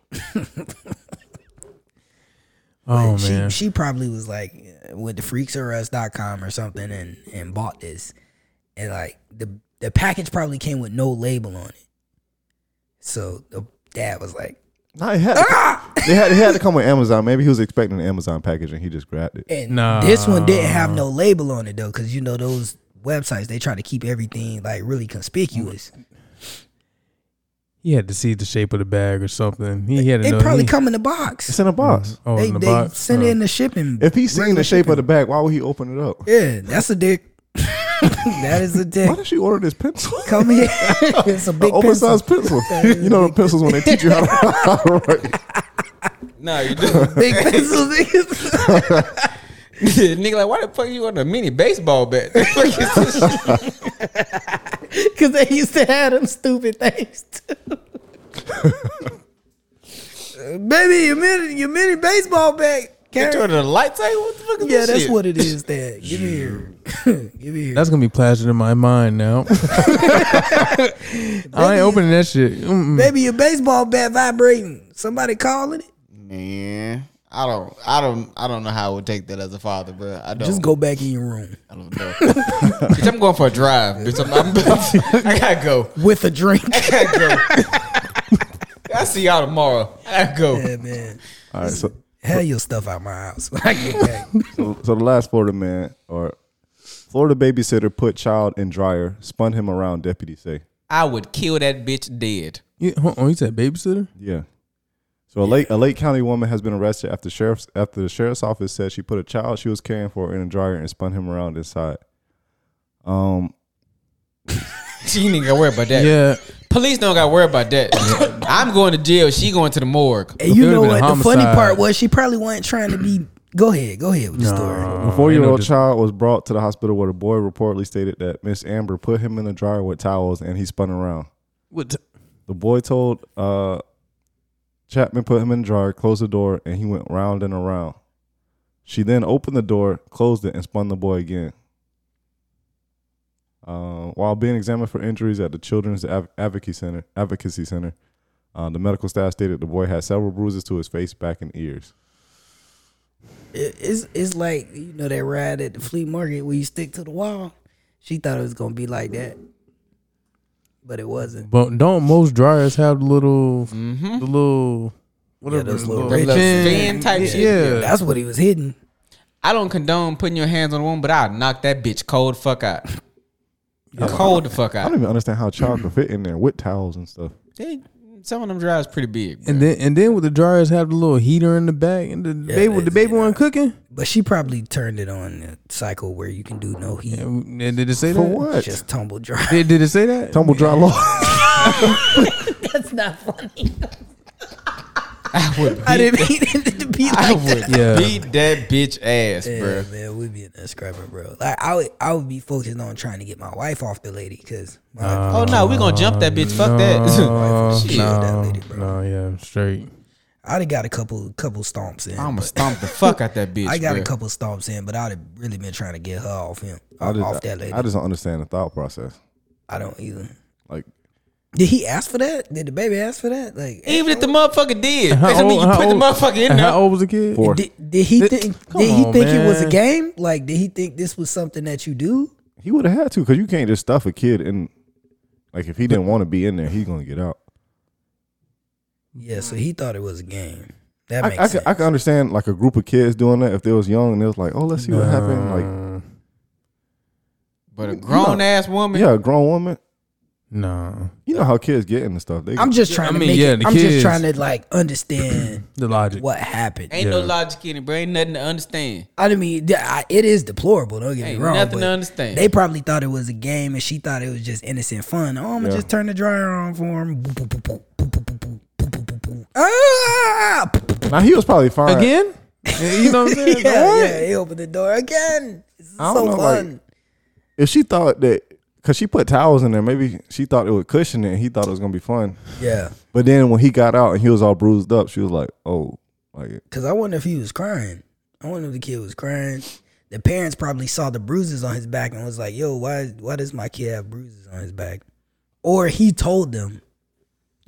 D: Oh
B: she
D: man.
B: she probably was like uh, with the freaksrus.com or something and and bought this and like the the package probably came with no label on it so the dad was like
C: Nah, it had, to, it had, it had to come with Amazon. Maybe he was expecting an Amazon package and he just grabbed it.
B: and
D: Nah.
B: this one didn't have no label on it though because you know those websites they try to keep everything like really conspicuous
D: He had to see the shape of the bag or something. He had to
B: they
D: know.
B: probably
D: he,
B: come in the box
C: It's in a box.
D: Oh,
B: they,
D: in the
B: they
D: box.
B: send
D: Oh.
B: it in the shipping
C: If he's seen
B: regular
C: the shape of the
B: shipping.
C: bag, why would he open it up?
B: yeah that's a dick <laughs> that is a dick
C: Why did she order this pencil?
A: <laughs>
B: come here it's a
C: An
B: big pencil.
C: oversized pencil. you know the pencils when they teach you how to, <laughs> how to write.
A: no, you do. <laughs>
B: big pencil niggas
A: Nigga, like, why the fuck you on a mini baseball bat? <laughs> The fuck is this shit?
B: <laughs> Cause they used to have them stupid things too. <laughs> Baby, your mini, your mini baseball bat.
A: Get you
B: Karen.
A: on a lightsaber? What the fuck is
B: Yeah,
A: this
B: that's
A: shit?
B: what it is. Dad, give me here, <laughs> give me here.
D: That's gonna be plastered in my
C: <laughs>
D: mind now. I ain't opening that shit. Mm-mm.
B: Baby, your baseball bat vibrating. Somebody calling it.
A: Man, I don't, I don't, I don't know how I would take that as a father, but I don't.
B: Just go back in your room
A: I don't know. bitch, I'm going for a drive, bitch. I'm, I'm, <laughs> I gotta go.
B: with
A: <laughs>
B: a drink.
A: I gotta go. I see y'all tomorrow. I gotta go.
B: yeah, man.
C: All right, so
B: Hell, your stuff out my house when I get back.
C: So, so the last Florida man or Florida babysitter put child in dryer, spun him around. Deputies say,
A: I would kill that bitch dead.
D: You, hold on, you said babysitter?
C: yeah. So a Lake a Lake County woman has been arrested after sheriff's after the sheriff's office said she put a child she was caring for in a dryer and spun him around inside. Um,
A: She ain't even gotta worry about that.
D: Yeah.
A: Police don't gotta worry about
D: <coughs>
A: that. I'm going to jail. She going to the morgue.
B: And you
D: It
B: know what?
D: would've been a
B: The funny
D: homicide.
B: part was she probably wasn't trying to be. Go ahead, go ahead with the story.
C: the
D: Uh, ain't
C: four year
D: no
C: old
D: dis-
C: child was brought to the hospital where the boy reportedly stated that Miss Amber put him in the dryer with towels and he spun around.
D: What t-
C: The boy told uh, Chapman put him in the dryer, closed the door, and he went round and around. She then opened the door, closed it, and spun the boy again. Uh, while being examined for injuries at the Children's Adv- Advocacy Center, Advocacy Center, uh, the medical staff stated the boy had several bruises to his face, back, and ears.
B: It- it's it's like you know that ride at the flea market where you stick to the wall. She thought it was gonna be like that, but it wasn't.
D: But don't most dryers have the little,
C: Mm-hmm.
D: the little, whatever,
B: those
D: the
B: little
A: The
B: Bitch.
A: little fan type
D: yeah,
A: shit.
D: yeah.
B: That's what he was hitting.
A: I don't condone putting your hands on a woman, but I'll knock that bitch cold fuck out. Cold the fuck
C: I
A: out.
C: don't even understand how a child could fit in there with towels and stuff.
A: They- some of them dryers pretty big.
D: And then and then with the dryers have the little heater in the back and the baby the
B: it's-
D: baby
B: yeah.
D: wasn't cooking.
B: But she probably turned it on the cycle where you can do no heat,
D: And Did it say
C: For
D: that?
C: what?
B: just tumble dry.
D: Did, did it say that?
C: Tumble dry law.
B: That's not funny.
A: I would
B: <laughs> I
A: beat,
B: didn't mean
A: <laughs>
B: it to be like
A: I
B: that.
A: would
D: <laughs> Yeah.
A: beat that bitch ass,
B: Yeah,
A: bro.
B: man, we'd be in that scrapping, bro. Like I would, I would be focused on trying to get my wife off the lady because my
A: Oh no, we gonna jump that bitch. Fuck
D: Oh,
A: that. <laughs>
B: Shit, that
D: no,
B: lady, bro.
D: no, yeah, straight.
B: I'd have got a couple, couple stomps in.
A: I'ma
B: but-
A: stomp the fuck out
D: <laughs>
A: that bitch.
B: I got
A: bro.
B: a couple stomps in, but I'd have really been trying to get her off him,
C: I just,
B: off that lady.
C: I just don't understand the thought process.
B: I don't either.
C: Like,
B: Did he ask for that? Did the baby ask for that? Like,
A: Even if the motherfucker did,
D: How
A: doesn't mean
D: old-
A: you
D: how
A: put
D: old-
A: the motherfucker in
D: And how
A: there.
D: old was the kid?
C: Four.
B: did, did he
D: Th-
B: think?
D: come
B: Did he
D: on,
B: think it was a
D: man.
B: game? Like, did he think this was something that you do?
C: he would have had to because you can't just stuff a kid in. Like, if he didn't want to be in there, he's gonna get out.
B: Yeah, so he thought it was a game. That
C: I,
B: makes
C: I, could,
B: sense.
C: I could understand like a group of kids doing that if they was young and they was like, oh, let's see what happened. Like,
D: Nah,
A: But a grown ass woman.
C: yeah, a grown woman.
D: nah,
C: You know how kids get and stuff. They
B: I'm just trying
D: I
B: to
D: mean,
B: make.
D: yeah,
B: it,
D: the
B: I'm just
D: kids-
B: trying to like understand
D: <clears throat> the logic.
B: what happened.
A: Ain't no
D: Yeah.
A: logic in it, bro. Ain't nothing to understand.
B: I mean, th- I, it is deplorable. Don't get
A: Ain't
B: me wrong.
A: nothing
B: but
A: to understand.
B: They probably thought it was a game, and she thought it was just innocent fun. Oh, I'm gonna
C: Yeah.
B: just turn the dryer on for him. Boop, boop, boop, boop, boop, boop, boop, boop, boop, boop, boop, boop. Ah! <laughs> Boop, boop, boop.
C: now he was probably fine
D: Again? you know what I'm saying?
B: Yeah,
D: What?
B: yeah. He opened the door again. This is
C: I
B: so
C: don't know, like-
B: fun.
C: If she thought that, cause she put towels in there, maybe she thought it would cushion it. and He thought it was gonna be fun.
B: yeah,
C: But then when he got out and he was all bruised up, she was like, oh, like
B: because I wonder if he was crying. I wonder if the kid was crying. The parents probably saw the bruises on his back and was like, "Yo, why? Why does my kid have bruises on his back?" Or he told them,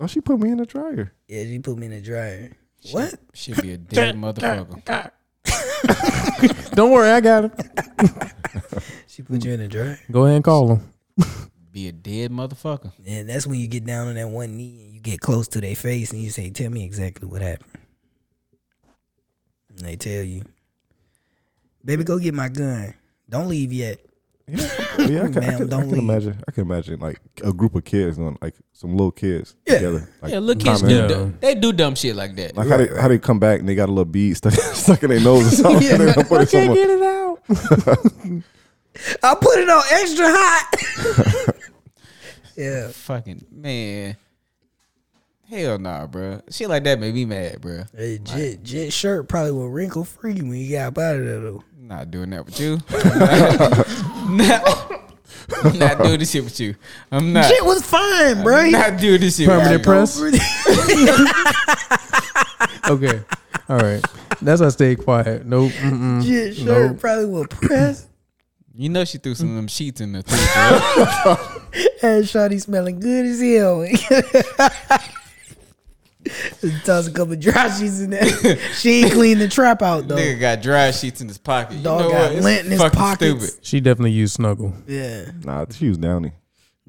C: oh, she put me in the dryer.
B: "Yeah, she put me in the dryer." What?
A: <laughs> Should be a dead motherfucker.
D: Don't worry, I
A: <laughs>
D: got him.
B: She put you in the dryer.
D: Go ahead and call him.
A: Be a dead motherfucker.
B: And that's when you get down on that one knee and you get close to their face and you say, Tell me exactly what happened. And they tell you, Baby, go get my gun. Don't leave yet.
C: Yeah, I
B: <laughs>
C: can, I
B: Ma'am,
C: can, I
B: don't
C: can
B: leave.
C: imagine. I can imagine like a group of kids doing like some little kids
B: Yeah.
C: together. Like,
A: yeah, look kids
C: climbing.
A: do
D: Yeah.
A: du- they do dumb shit like that.
C: Like how they how they come back and they got a little bead <laughs> stuck, stuck in their nose or something.
B: <laughs> Yeah.
C: They gonna put it somewhere.
D: it out.
B: I put it on extra hot. <laughs> yeah.
A: Fucking man. Hell nah, bro. Shit like that made me mad, bro.
B: Hey, jet, jet shirt probably will wrinkle free when you got up out of there though.
A: Not doing that with you. not, <laughs> not doing this shit with you. I'm not.
B: Shit was fine, bro. He
A: Not doing this shit.
D: <laughs> Permanent
A: With you.
D: press. <laughs> okay. All right. That's I stayed quiet. Nope. Mm-mm.
B: <laughs> Jet shirt probably will press.
A: You know she threw some of them sheets in there too. bro.
B: <laughs> And Shawty smelling good as hell. <laughs> Toss a couple dry sheets in there. She ain't cleaned the trap out though.
A: Nigga got dry sheets in his pocket. You
B: Dog
A: know
B: got
A: what? It's
B: lint in his
A: fucking
B: pockets.
A: Stupid.
D: She definitely used snuggle.
B: Yeah.
C: Nah, she was downy.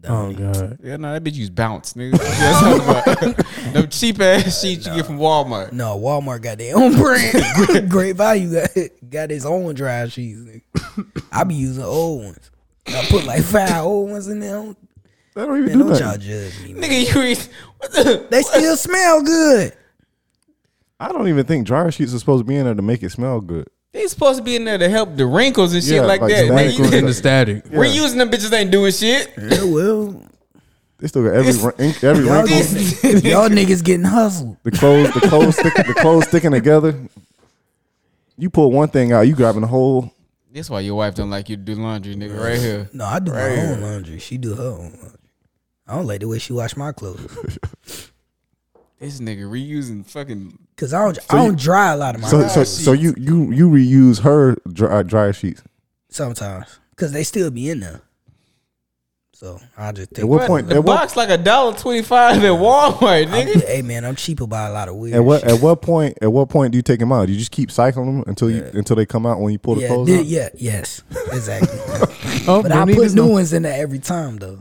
D: Oh god.
A: Yeah, no, that bitch use bounce, nigga. <laughs> That's what I'm about. Them cheap ass sheets you get from Walmart.
B: No, Walmart got their own <laughs> brand. Great value got, got his own dry sheets. nigga. I be using old ones. I put like five old ones in there. Don't-
C: They don't even
B: Man,
C: do
B: don't
C: nothing.
B: y'all judge me. man.
A: Nigga, you eat. What the?
B: They still smell good.
C: I don't even think dryer sheets are supposed to be in there to make it smell good.
A: They supposed to be in there to help the wrinkles and shit
C: Yeah,
A: like,
C: like
A: that.
C: the
A: They-
C: wrinkles
D: In the static.
A: Reusing them bitches ain't doing shit.
B: Yeah, well,
C: They still got every wrin- ink- every
B: y'all,
C: wrinkle.
B: getting, y'all niggas getting hustled.
C: The clothes, the clothes, stick, the clothes sticking together. You pull one thing out, you grabbing the whole.
A: That's why your wife don't like you to do laundry, nigga, right here.
B: No, I do my own laundry. She do her own laundry. I don't like the way she wash my clothes
A: This nigga reusing fucking.
B: because I don't. I don't dry a lot of my
C: So,
B: clothes
C: so, so you you you reuse her dry, uh, dryer sheets.
B: sometimes because they still be in there. So I just
C: At
B: think.
C: what point?
A: The
C: At what,
A: box like a dollar twenty five at Walmart,
B: I'm,
A: nigga.
B: hey man, I'm cheaper by a lot of weird.
C: at what?
B: shit.
C: At what point? At what point do you take them out? You just keep cycling them until you until they come out when you pull the
B: yeah,
C: clothes
B: di-
C: out. <laughs>
B: yeah, yes, exactly.
D: Oh,
B: but
D: don't
B: I
D: need
B: put
D: to
B: new
D: know.
B: ones in there every time though.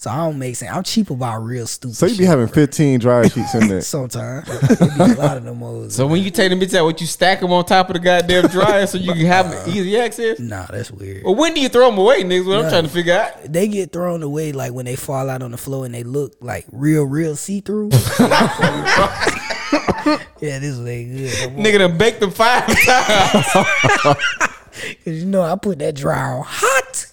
B: So I don't make sense. I'm cheap about real stupid.
C: So you be <laughs>
B: shit.
C: having 15 dry sheets in there.
B: sometimes. It be a lot of them hoes.
A: So when you take them bitches out, what you stack them on top of the goddamn dryer so you can have easy access?
B: nah, that's weird.
A: Well, when do you throw them away, niggas? What I'm
B: Nah.
A: trying to figure out.
B: They get thrown away like when they fall out on the floor and they look like real, real
C: <laughs>
B: see through. <laughs> yeah, this way good. I'm-
A: Nigga done baked them five <laughs> times.
B: Cause you know I put that dryer on hot.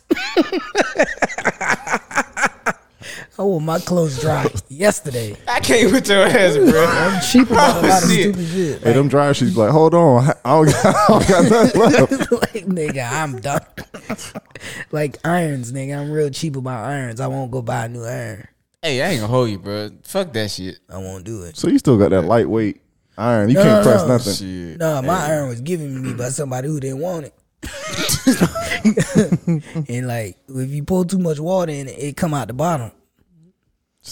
B: I wore my clothes dry yesterday.
A: I can't with your ass, bro.
B: I'm cheap about a lot of
A: Oh, shit.
B: stupid shit.
C: Hey, them dry sheets be like, hold on, I don't got, <laughs> I don't got
D: <laughs>
C: nothing left.
B: <laughs> like nigga, I'm done. <laughs> like irons, nigga. I'm real cheap about irons. I won't go buy a new iron.
A: Hey, I ain't gonna hold you, bro. Fuck that shit.
B: I won't do it.
C: So you still got that lightweight iron. You can't
B: no,
C: press
B: no.
C: nothing.
A: Shit.
B: No, my iron was given to me by somebody who didn't want it. and like, if you pour too much water in it, it come out the bottom.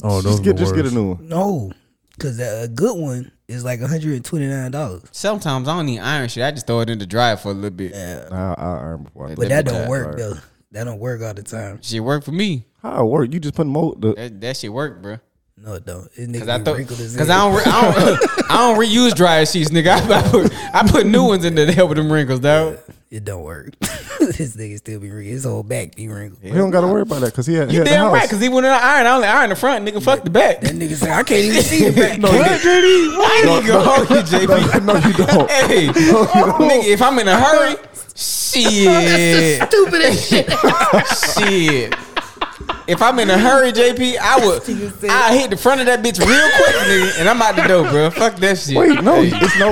D: Oh,
C: Just
D: those are
C: get
D: the
C: just get a
D: worst.
C: new one.
B: No, because a good one is like 129 dollars.
A: Sometimes I don't need iron shit. I just throw it in the dryer for a little bit.
C: Nah, I iron before. I
A: But
B: But
C: leave.
A: Let
B: that
A: me
B: don't
A: try,
B: work though. That don't work all the time.
A: Shit worked for me.
C: How it work? You just put mold. The,
A: That, that shit worked, bro.
B: No, it don't. It
A: Cause I
B: nigga be
A: thought,
B: wrinkled as
A: <laughs> cause
B: hell.
A: I don't, re- I don't, <laughs> I don't reuse dryer sheets, nigga. I, I put, I put new ones in there to help with them wrinkles, dog.
B: It don't work. <laughs> this nigga still be wrinkled. His whole back be wrinkled.
C: he don't got to worry about that because he had, he
A: You
C: had
A: damn
C: the
A: right,
C: house.
A: cause he went in the iron. I only iron the front, nigga. Fuck the back. <laughs>
B: That nigga said, I can't even see the back.
A: What, JD? Why you gonna hold <laughs> you,
C: <laughs>
A: JP?
C: no, you don't.
A: Hey, nigga, if I'm in a hurry, shit,
B: Stupid as shit.
A: shit. If I'm in a hurry, JP,
C: <laughs>
A: I would, I hit the front of that bitch real quick, nigga, and I'm out the door, bro. Fuck that shit.
C: Wait, no,
A: <laughs> Hey,
C: it's no.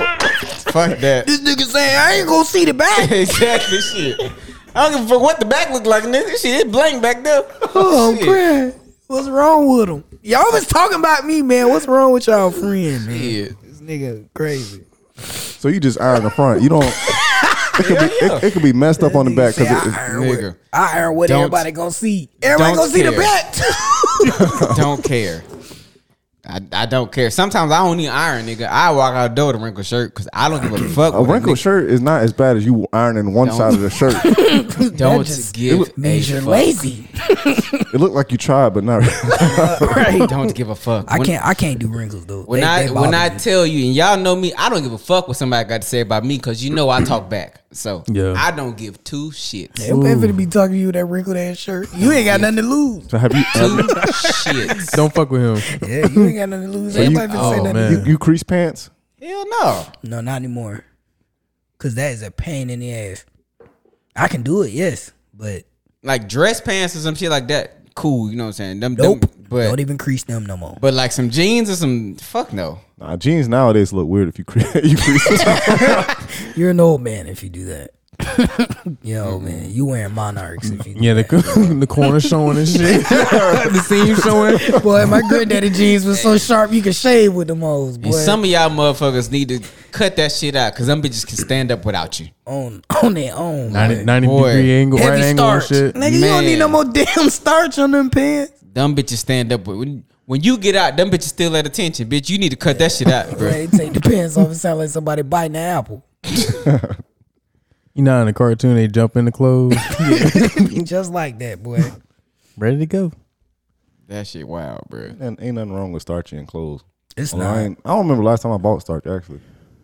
A: fuck that.
B: This nigga saying, I ain't gonna see the
A: <laughs>
B: back.
A: exactly shit. I don't give a fuck what the back look like, nigga. Shit, it's blank back there.
B: Oh,
A: Shit.
B: friend. What's wrong with him? Y'all was talking about me, man. What's wrong with y'all friend, man?
A: Shit.
B: This nigga crazy.
C: So you just iron the front. You don't. It could be it, it could be messed up on the back
B: Say, I,
C: because it,
B: iron what-
A: Nigga.
B: I iron what
A: Don't-
B: everybody gonna see. Everybody
A: don't
B: gonna see the
A: care.
B: back.
A: Don't care. I, I don't care. Sometimes I don't need iron, nigga. I walk out the door with a wrinkled shirt because I don't give
B: <clears throat>
A: a fuck.
C: a
A: what
C: wrinkled
A: nigga-
C: shirt is not as bad as you ironing one
A: Don't.
C: side of the
A: <laughs>
C: shirt.
A: Don't
B: just-
A: give a
B: Means you're
A: fuck.
B: lazy.
C: it looked like you tried, but not.
B: right.
A: Don't give a fuck.
B: I
A: When-
B: can't I can't do wrinkles though.
A: When
B: They-
A: I
B: they
A: when
B: bother
A: I
B: me.
A: tell you and y'all know me, I don't give a fuck what somebody got to say about me because you know I talk back. So
D: Yeah.
A: I don't give two shits.
B: They better to be talking to you with that wrinkled ass shirt. You ain't got nothing to lose.
C: so <laughs> have you
A: Two
C: ever,
B: <laughs>
A: shits.
D: Don't fuck with him.
B: Yeah, you ain't got nothing to lose.
C: you-
B: Everybody finna say
D: Oh,
B: nothing.
D: man.
C: you, you crease pants?
A: Hell no.
B: No, not anymore. Cause that is a pain in the ass. I can do it, yes, but
A: Like dress pants or some shit like that. Cool, you know what I'm saying? Them,
B: nope.
A: them but
B: don't even crease them no more.
A: But like some jeans or some fuck no.
C: Nah, jeans nowadays look weird if you crease. <laughs> you
A: <laughs>
C: crease.
B: You're an old man if you do that. <laughs> Yo, man, you wearing monarchs if
A: <laughs>
B: you. Do
D: Yeah, the, <laughs> the corner showing
B: <laughs>
D: and shit. the seam showing.
B: that. Boy, my granddaddy jeans was <laughs> so sharp you could shave with them hoes, boy.
A: And some of y'all motherfuckers need to cut that shit out because them bitches can stand up without you.
B: on on their own.
D: 90,
B: boy.
D: 90
A: Boy.
D: degree angle,
B: Heavy
D: right angle and
B: starch,
D: shit.
B: nigga. You don't need no
A: Man.
B: more damn starch on them pants.
A: Them bitches stand up with when, when you get out, them bitches still at attention, bitch. You need to cut that shit out, bro.
B: Right, take the pants off and sound like somebody biting an apple. <laughs>
D: You know, in the cartoon, they jump in the
B: <laughs>
D: clothes,
B: Just like that, boy.
D: ready to go.
A: That shit wild, bro.
C: and ain't nothing wrong with starchy and clothes.
B: It's
C: Well, I,
B: not.
C: ain't, I don't remember last time I bought starch actually.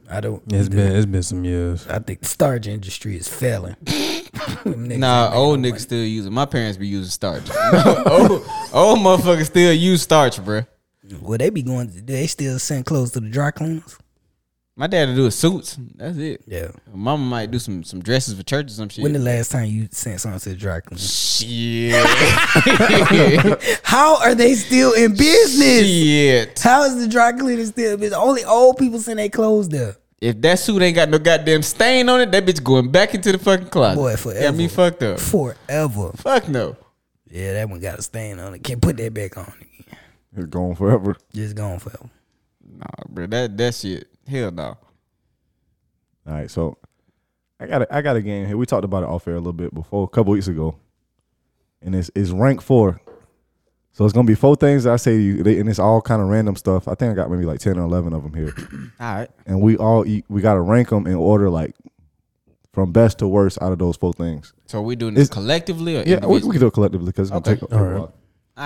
B: I don't.
D: It's been it's been some years.
B: I think the starch industry is failing. <laughs>
A: Nah, oh. old niggas still using. My parents be using <laughs> starch. old, old motherfuckers still use starch, bro.
B: Well, they be going. They still send clothes to the dry cleaners.
A: My dad will do his suits. That's it.
B: Yeah.
A: Mama might do some some dresses for church or some shit.
B: When the last time you sent something to the dry cleaner? <laughs>
A: shit.
B: How are they still in business?
A: shit.
B: How is the dry cleaner still in business? Only old people send their clothes there.
A: If that suit ain't got no goddamn stain on it, that bitch going back into the fucking closet.
B: Boy,
A: Got me
B: forever.
A: fucked up.
B: Forever.
A: Fuck no.
B: Yeah, that one got a stain on it. Can't put that back on again.
C: It's gone <laughs> forever.
B: Just gone forever.
A: Nah, bro. That that shit. Hell no.
C: All right, so I got a, I got a game here. We talked about it off air a little bit before a couple weeks ago, and it's it's rank four. So it's gonna be four things that I say to you, they, and it's all kind of random stuff. I think I got maybe like ten or eleven of them here,
A: All right.
C: and we all eat, we gotta rank them in order like from best to worst out of those four things.
A: So we doing this
C: It's-
A: collectively or
C: Yeah, we, we
A: individually?
C: can do it collectively because it's
A: Okay.
C: gonna take a, take a
D: All right.
C: while.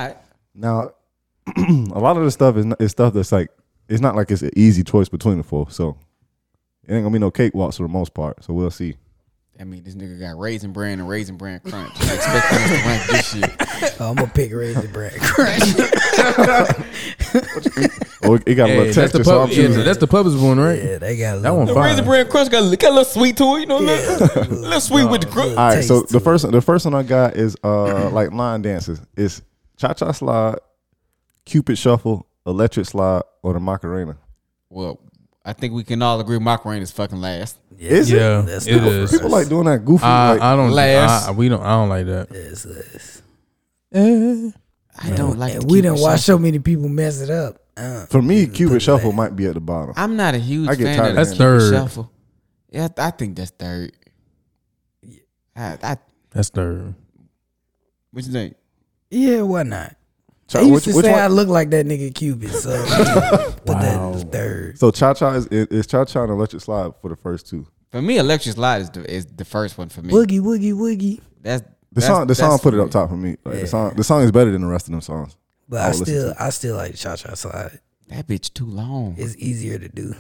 A: All right.
C: Now, <clears throat> a lot of the stuff is, is stuff that's like it's not like it's an easy choice between the four. So it ain't gonna be no cakewalks for the most part. So we'll see.
A: I mean, this nigga got raisin bran and raisin bran crunch. I expecting us to rank this <laughs> shit.
B: Oh, I'm gonna pick raisin bread <laughs> crunch.
C: Oh, it got a
D: Hey,
C: little
D: that's the
C: texture, so I'm
D: pub. Yeah,
C: choosing.
D: that's the pub's one, right?
B: yeah, they got a
D: That
B: little,
D: one
A: The
D: fine.
A: raisin bran crunch got, a- got a little sweet to it. You know, a little, a
B: Yeah.
A: little sweet with the crunch.
C: All right, so
B: taste
C: the
B: to
C: first the first one I got is uh <clears throat> like line dances. It's cha cha slide, cupid shuffle, electric slide, or the macarena.
A: Well, I think we can all agree Macarena is fucking last.
C: Is it?
D: Yeah,
B: That's
D: it
B: not
D: is.
C: People like doing that goofy.
D: I,
C: like,
D: I don't.
A: Last.
D: I, I- we don't. I don't like that. Eh,
B: It's- it's-
A: I don't like.
B: and
A: the
B: we
A: Cupid
B: didn't watch
A: shuffle.
B: so many people mess it up. Uh,
C: for me, cupid shuffle might be at the bottom.
A: I'm not a huge
C: I get
A: fan
C: tired of
A: of the
C: that.
D: That's
A: Cupid
D: third.
A: Shuffle. Yeah, I I think that's third. I, I,
D: That's third.
A: what you think?
B: yeah, why not?
C: Cha-
B: they used
C: which-
B: to
C: which
B: say
C: one?
B: I look like that nigga
C: <laughs>
B: Cupid, so put that in third.
C: So cha cha is, is cha cha and electric slide for the first two.
A: For me, Electric Slide is the, is the first one for me.
B: Woogie, woogie, woogie.
A: That's
C: The
A: that's-
C: song the
A: that's
C: song put it
A: for me.
C: up top for me. Like,
B: Yeah.
C: The song the song is better than the rest of them songs.
B: But
C: I'll
B: I
C: Oh, listen
B: still, I still like Cha Cha Slide.
A: That bitch too long.
B: It's easier to do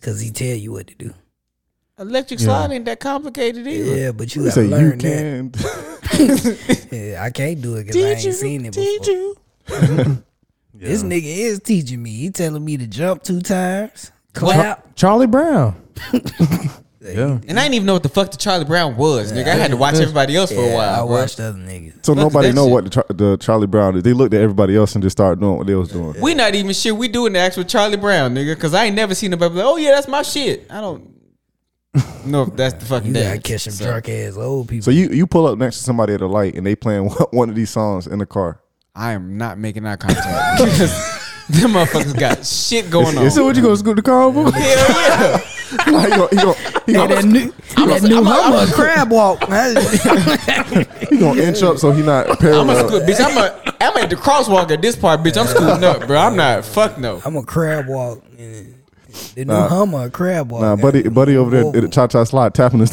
B: because he tell you what to do.
A: Electric Slide ain't that complicated either.
B: Yeah, but you
C: You
B: gotta
C: say you
B: learn that.
C: can.
B: Yeah, I can't do it because I ain't seen it before. This nigga is teaching me. He telling me to jump two times, clap.
D: Charlie Brown. yeah.
A: And I didn't even know what the fuck the Charlie Brown was, nigga. I had to watch everybody else for a
B: Yeah,
A: while.
B: I
A: bro.
B: watched other niggas.
C: <laughs> So
A: Look at
C: nobody
A: that
C: know
A: shit.
C: what the, Char- the Charlie Brown is. They looked at everybody else and just started doing what they was doing.
A: We not even shit. We doing the actual Charlie Brown, nigga. Cause I ain't never seen nobody be like, oh yeah, that's my shit. I
C: <laughs>
A: don't know if that's the fucking
B: You gotta
A: dance.
B: catch them
A: So,
B: drunk ass old people.
C: So you you pull up next to somebody at a light and they playing <laughs> one- one of these songs in the car.
A: I am not making eye contact. <laughs> because them motherfuckers got shit going on.
C: So what you gonna scoot the car over? <laughs> like,
A: Hell yeah.
C: he gonna, he gonna, he
B: Hey, that
C: gonna,
B: new, that new Hummer crab <laughs> walk. man.
C: he gonna inch up so he not
A: I'm a
C: parallel.
A: scoot, bitch. I'm a I'm at the crosswalk at this part, bitch. I'm scooting up, bro. I'm not fuck no.
B: I'm a crab walk. The new Hummer a crab walk.
C: Nah, buddy, buddy over there at the cha cha slide tapping his.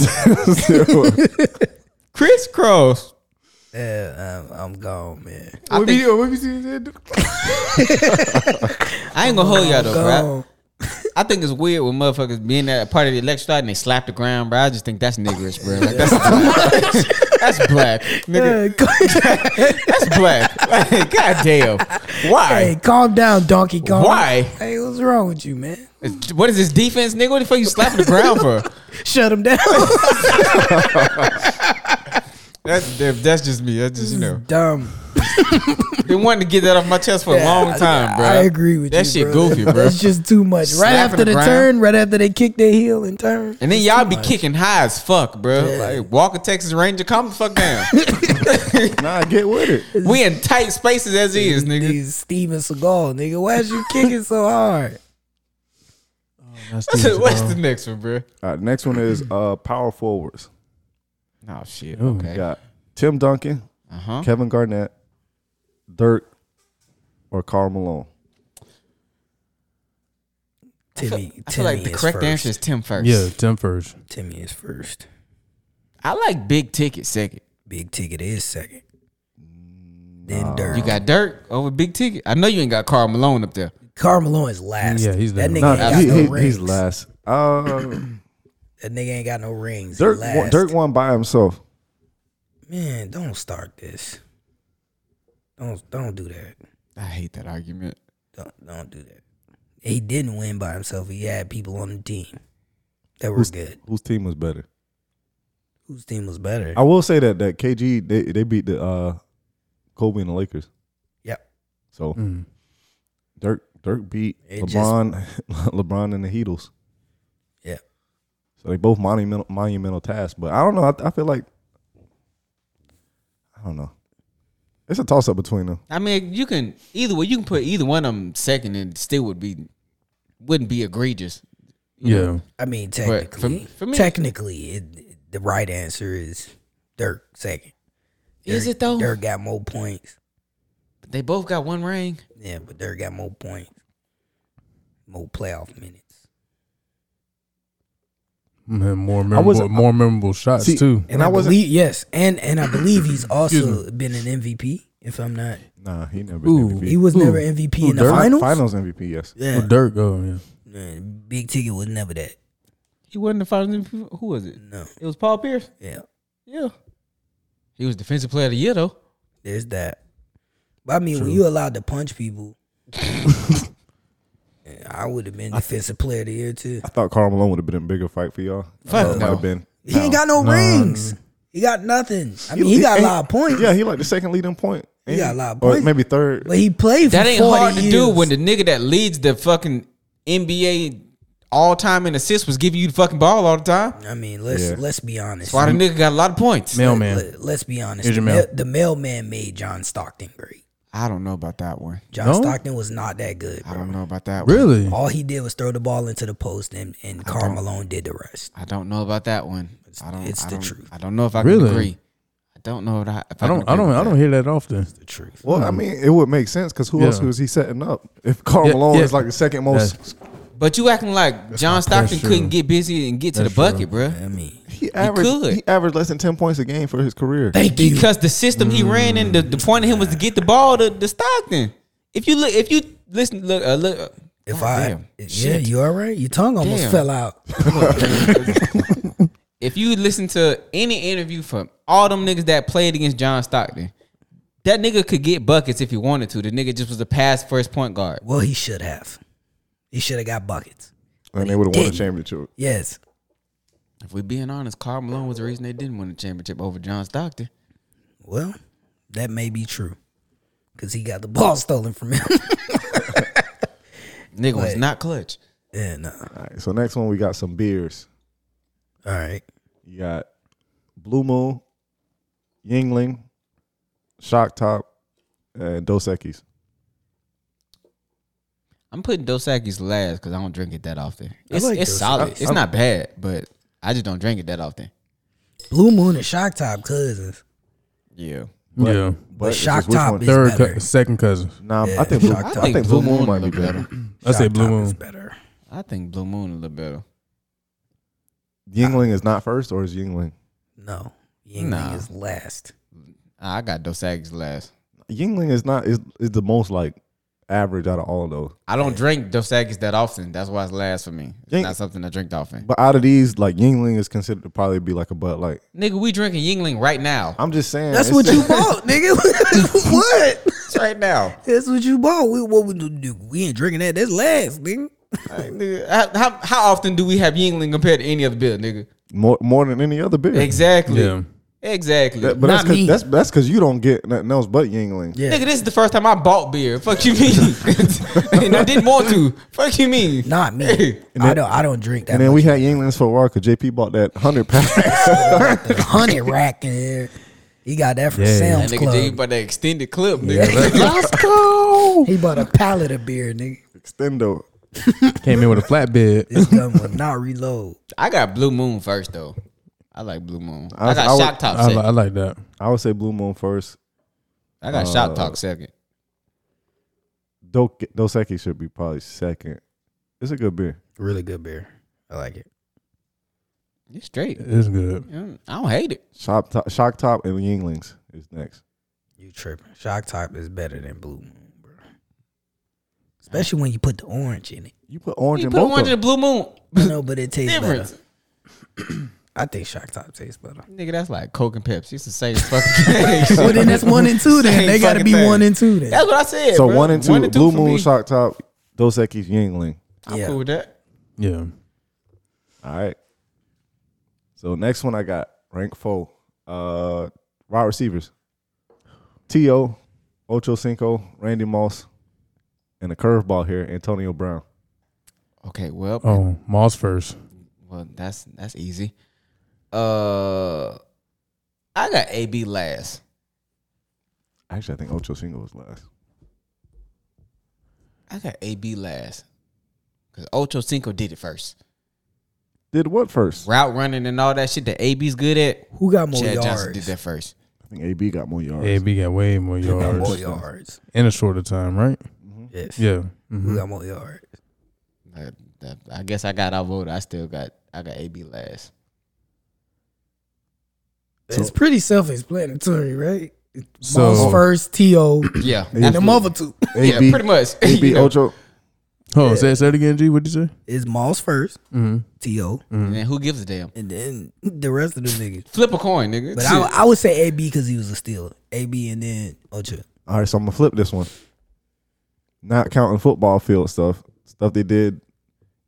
C: <laughs>
A: Crisscross.
B: Yeah, I'm, I'm gone, man.
A: I, think, I
B: Oh
A: ain't gonna hold y'all though, bro.
B: Gone.
A: I think it's weird when motherfuckers being at a part of the election and they slap the ground, bro. I just think that's niggerish, bro. Like, that's, that's black, nigga. That's black. Like, God damn.
B: <laughs> hey,
A: Why?
B: calm down, donkey. Kong.
A: Why?
B: Hey, what's wrong with you, man? <laughs>
A: What is this defense, nigga? What the fuck you slapping the ground for?
B: Shut
A: <laughs>
B: him down.
A: That's that's just me. That's just you know.
B: Dumb.
A: Been wanting to get that off my chest for a
B: Yeah,
A: long
B: I-
A: time, bro.
B: I agree with
A: that
B: you.
A: shit
B: bro.
A: goofy, bro.
B: That's just too much. right
A: Slapping
B: after
A: the
B: the,
A: ground.
B: turn, right after they kick their heel and turn.
A: And then y'all be kicking high as fuck, bro. Like Walker Texas Ranger, calm the fuck down.
C: nah, get with it.
A: we in tight spaces as is, nigga.
B: These Steven Seagal, nigga. Why is you kicking so hard?
C: <laughs>
A: What's
D: That's
A: the,
D: Steven
A: what's the
D: Seagal.
A: next one, bro?
C: All right, next one is uh, power forwards.
A: Oh shit.
D: Ooh,
A: Okay.
C: Got Tim Duncan,
A: Uh huh.
C: Kevin Garnett, Dirk, or Karl Malone.
B: Timmy.
A: I feel
B: Timmy
A: like the
B: is
A: correct
B: first.
A: answer is Tim first.
D: Yeah, Tim first.
B: Timmy is first.
A: I like big ticket second.
B: Big ticket is second.
A: Mm,
B: Then Dirk.
A: You got Dirk over big ticket. I know you ain't got Carl Malone up there.
B: Carmelo is last.
D: Yeah, he's
B: that nigga
D: there.
C: Nah,
B: ain't got
C: he-
B: no
C: he-
B: rings.
C: he's last. Uh,
B: That nigga ain't got no rings. He
C: Dirk, won,
B: last.
C: Dirk won by himself.
B: Man, don't start this. Don't don't do that.
A: I hate that argument.
B: Don't don't do that. He didn't win by himself. He had people on the team that were
C: Who's-
B: good.
C: Whose team was better?
B: Whose team was better?
C: I will say that that KG they, they beat the uh, Kobe and the Lakers.
B: Yep.
C: So
D: Mm.
C: Dirk Dirk beat
B: It just-
C: LeBron <laughs> LeBron and the Heatles.
B: Yep.
C: So they both monumental monumental tasks. But I don't know. I, I feel like I don't know. It's a toss up between them.
A: I mean, you can either way. You can put either one of them second, and still would be wouldn't be egregious. you know?
D: Yeah.
B: I mean,
A: for
B: technically,
A: for me-
B: technically, it, the right answer is Dirk second.
A: Is
B: Dirk-
A: it though?
B: Dirk got more points.
A: They both got one ring.
B: Yeah, but Dirk got more points, more playoff minutes.
D: Man, Mm-hmm. more
C: I was-
D: memorable, more memorable shots
C: See,
D: too.
B: And
C: I
B: I,
C: wasn't-
B: believe yes, and and I believe he's
D: Excuse
B: also been an MVP. If I'm not
C: Nah, he never
D: Ooh,
C: been MVP.
B: He was
D: Who?
B: never MVP in the
C: Dirk?
B: finals.
C: Finals MVP, yes.
B: Yeah,
D: Well, Dirk, oh yeah.
B: Man, big ticket was never that.
A: He wasn't the finals. MVP. Who was it?
B: No,
A: It was Paul Pierce.
B: yeah,
A: Yeah. He was defensive player of the year though.
B: there's that. But I mean, when you allowed to punch people, yeah, I would have been defensive player of the year too.
C: I thought Carl Malone would have been a bigger fight for
B: <laughs>
C: y'all. I thought
A: Fuck
C: it might
A: no.
C: have been.
B: He ain't got no
D: No,
B: rings. He got nothing. I mean, he, got a
C: ain't-
B: lot of points.
C: Yeah, he like the second leading point.
B: He got a lot of
C: Or
B: points.
C: maybe third.
B: but he played. For
A: That ain't
B: 40
A: hard to
B: years.
A: do when the nigga that leads the fucking NBA all time in assists was giving you the fucking ball all the time.
B: I mean, let's
C: Yeah.
B: let's be honest.
A: That's why the nigga got a lot of points.
D: Mailman.
B: Let, us be honest.
D: Here's
B: The,
D: your
B: mail,
D: mail.
B: the mailman made John Stockton great.
A: I don't know about that one.
B: John
D: No?
B: Stockton was not that good.
A: I don't know about that one.
D: Really?
B: All he did was throw the ball into the post, and and Carl Malone did the rest.
A: I don't know about that one. I don't.
B: it's
A: I
B: the
A: don't-
B: truth.
A: I don't know if I
D: Really?
A: can agree. I don't know if I. If
D: I
A: can
D: don't. I
A: agree
D: don't.
A: with
D: I don't
A: that.
D: hear that often.
B: The truth.
C: Well, I mean, it would make sense because who else
D: Yeah.
C: was he setting up? If Carl
D: Yeah,
C: Malone
D: yeah.
C: is like the second most,
A: But you acting like John Stockton
D: true.
A: couldn't get busy and get to
D: That's
A: the bucket, bruh.
B: I mean,
C: he averaged he,
A: could.
C: averaged less than ten points a game for his career.
B: thank you.
A: because the system he ran in, the, the point of him was to get the ball to, to Stockton. If you look, if you listen, look, uh, look. uh,
B: If
A: God
B: I,
A: damn,
B: yeah,
A: shit.
B: you all right? Your tongue almost
A: Damn.
B: fell out. <laughs>
A: if you listen to any interview from all them niggas that played against John Stockton, that nigga could get buckets if he wanted to. The nigga just was a pass first point guard.
B: Well, he should have. He should have got buckets.
C: and they would have won the
B: didn't.
C: championship.
B: Yes,
A: If we're being honest, Carl Malone was the reason they didn't win the championship over John Stockton.
B: Well, that may be true. Cause he got the ball <laughs> stolen from him.
A: Nigga was
B: Wait.
A: not clutch.
B: yeah, no.
C: All right, so next one we got some beers.
B: All right.
C: You got Blue Moon, Yingling, Shock Top, and Dos Equis.
A: I'm putting Dos Equis last because I don't drink it that often. It's,
B: like
A: it's
B: Dos
A: solid.
C: Equis.
A: it's not bad, but I just don't drink it that often.
B: Blue Moon and Shock Top cousins.
A: Yeah.
D: yeah.
C: But it's
B: Shock
C: just which
B: Top
C: one-
B: is-
D: Third,
B: better.
D: cou- second cousin.
C: Nah,
B: Yeah,
C: I think Blue,
B: Shock
C: I
B: Top.
C: think Blue Moon might be
A: look
C: better.
D: I say
B: Shock
D: Blue
B: Top is
D: Moon.
B: better.
A: <clears throat> I think Blue Moon a little better.
C: Yingling is not first, or is Yingling?
B: No. Yingling
A: Nah.
B: is last.
A: I got Dos Equis last.
C: Yingling is not is is the most like average out of all those.
A: I don't drink Dos Equis that often. That's why it's last for me. It's
C: Ying-
A: not something I drink often.
C: But out of these, like Yingling is considered to probably be like a Bud Light.
A: Nigga, we drinking Yingling right now.
C: I'm just saying
B: That's
C: it's-
B: <laughs> what you bought, nigga. what?
A: It's right now.
B: That's what you bought. We what we do? We ain't drinking that. That's last, nigga.
A: Nigga, How, how, how often do we have Yingling compared to any other beer, nigga?
C: more more than any other beer.
A: Exactly.
D: Yeah.
A: Exactly.
C: That- but that's
B: Not me.
C: cause, that's that's because you don't get nothing else but Yingling.
B: Yeah.
A: Nigga, this is the first time I bought beer. Fuck you mean? and I didn't want to. Fuck you mean?
B: Not me. I don't I don't drink that.
C: And then we had Yinglings for a while because JP bought that hundred pack. <laughs>
B: much. honey rack in there. He got that from
A: That
D: Yeah.
B: Sam's
A: nigga
B: Club.
A: did about the extended clip, nigga. <laughs>
B: He bought a pallet of beer, nigga.
C: Extendo.
D: Came in with a flatbed.
B: This gun will not reload.
A: I got Blue Moon first though. I like Blue Moon. I,
C: I-
A: got
C: I would-
A: Shock Top
D: I, li-
A: second.
D: I like that.
C: I would say Blue Moon first.
A: I got Shock Top second.
C: Do- Dos Equis should be probably second. It's a good beer.
B: <laughs> Really good beer. I like it.
A: It's straight.
D: It's good.
A: Mm, I don't hate it.
C: Shock top, Shock top and Yinglings is next.
B: You tripping. Shock Top is better than Blue Moon, bro. Especially when you put the orange in it.
C: You put orange
A: You
C: and
A: put orange in the
C: mocha.
A: Blue Moon.
B: I know, but it tastes
A: Difference.
B: better. <clears throat> I think Shock Top tastes better.
A: Nigga, that's like Coke and Pepsi. It's the same fucking thing.
B: Well, then that's one and two
A: <laughs>
B: then.
A: Same
B: They got to
A: fucking
B: be
A: thing.
B: one and two then.
A: That's what I said.
C: So
A: bro.
C: one and two, Blue
A: for
C: Moon,
A: me.
C: Shock top, Dos Equis, Yingling.
A: I'm
B: Yeah.
A: cool with that.
D: Yeah.
C: All right. So next one I got rank four. Uh wide receivers. T.O., Ocho Cinco, Randy Moss, and a curveball here, Antonio Brown.
A: Okay, well,
D: Oh, Moss first.
A: well, that's that's easy. Uh, I got AB last.
C: Actually, I think Ocho Cinco was last.
A: I got AB last because Ocho Cinco did it first.
C: Did what first?
A: Route running and all that shit that AB's good at.
B: Who got more
A: Chad Johnson did
B: yards?
A: that first.
C: I think A.B. got more yards.
D: AB got way more
B: Who got more
D: yards
B: yards?
D: in a shorter time, right?
A: Mm-hmm.
B: Yes.
D: Yeah.
B: Who
D: Mhm.
B: got more yards?
A: I, that- I guess I got outvoted. I still got I got AB last.
B: it's pretty self-explanatory, right?
D: So-
F: Miles first, T.O.,
A: Yeah.
F: and them other two.
A: <laughs> Yeah,
C: AB
A: pretty much.
C: AB
A: You know.
C: Ocho.
D: Hold on, say, say it again, G. What'd you say?
B: It's Moss first,
D: Mm-hmm.
B: T.O.,
A: Man, who gives a damn?
B: and then the rest of them niggas.
A: Flip a coin, nigga.
B: But
A: Shit.
B: I, I would say A.B. because he was a stealer. A.B. and then Ocho.
C: All right, so I'm gonna flip this one. Not counting football field stuff, stuff they did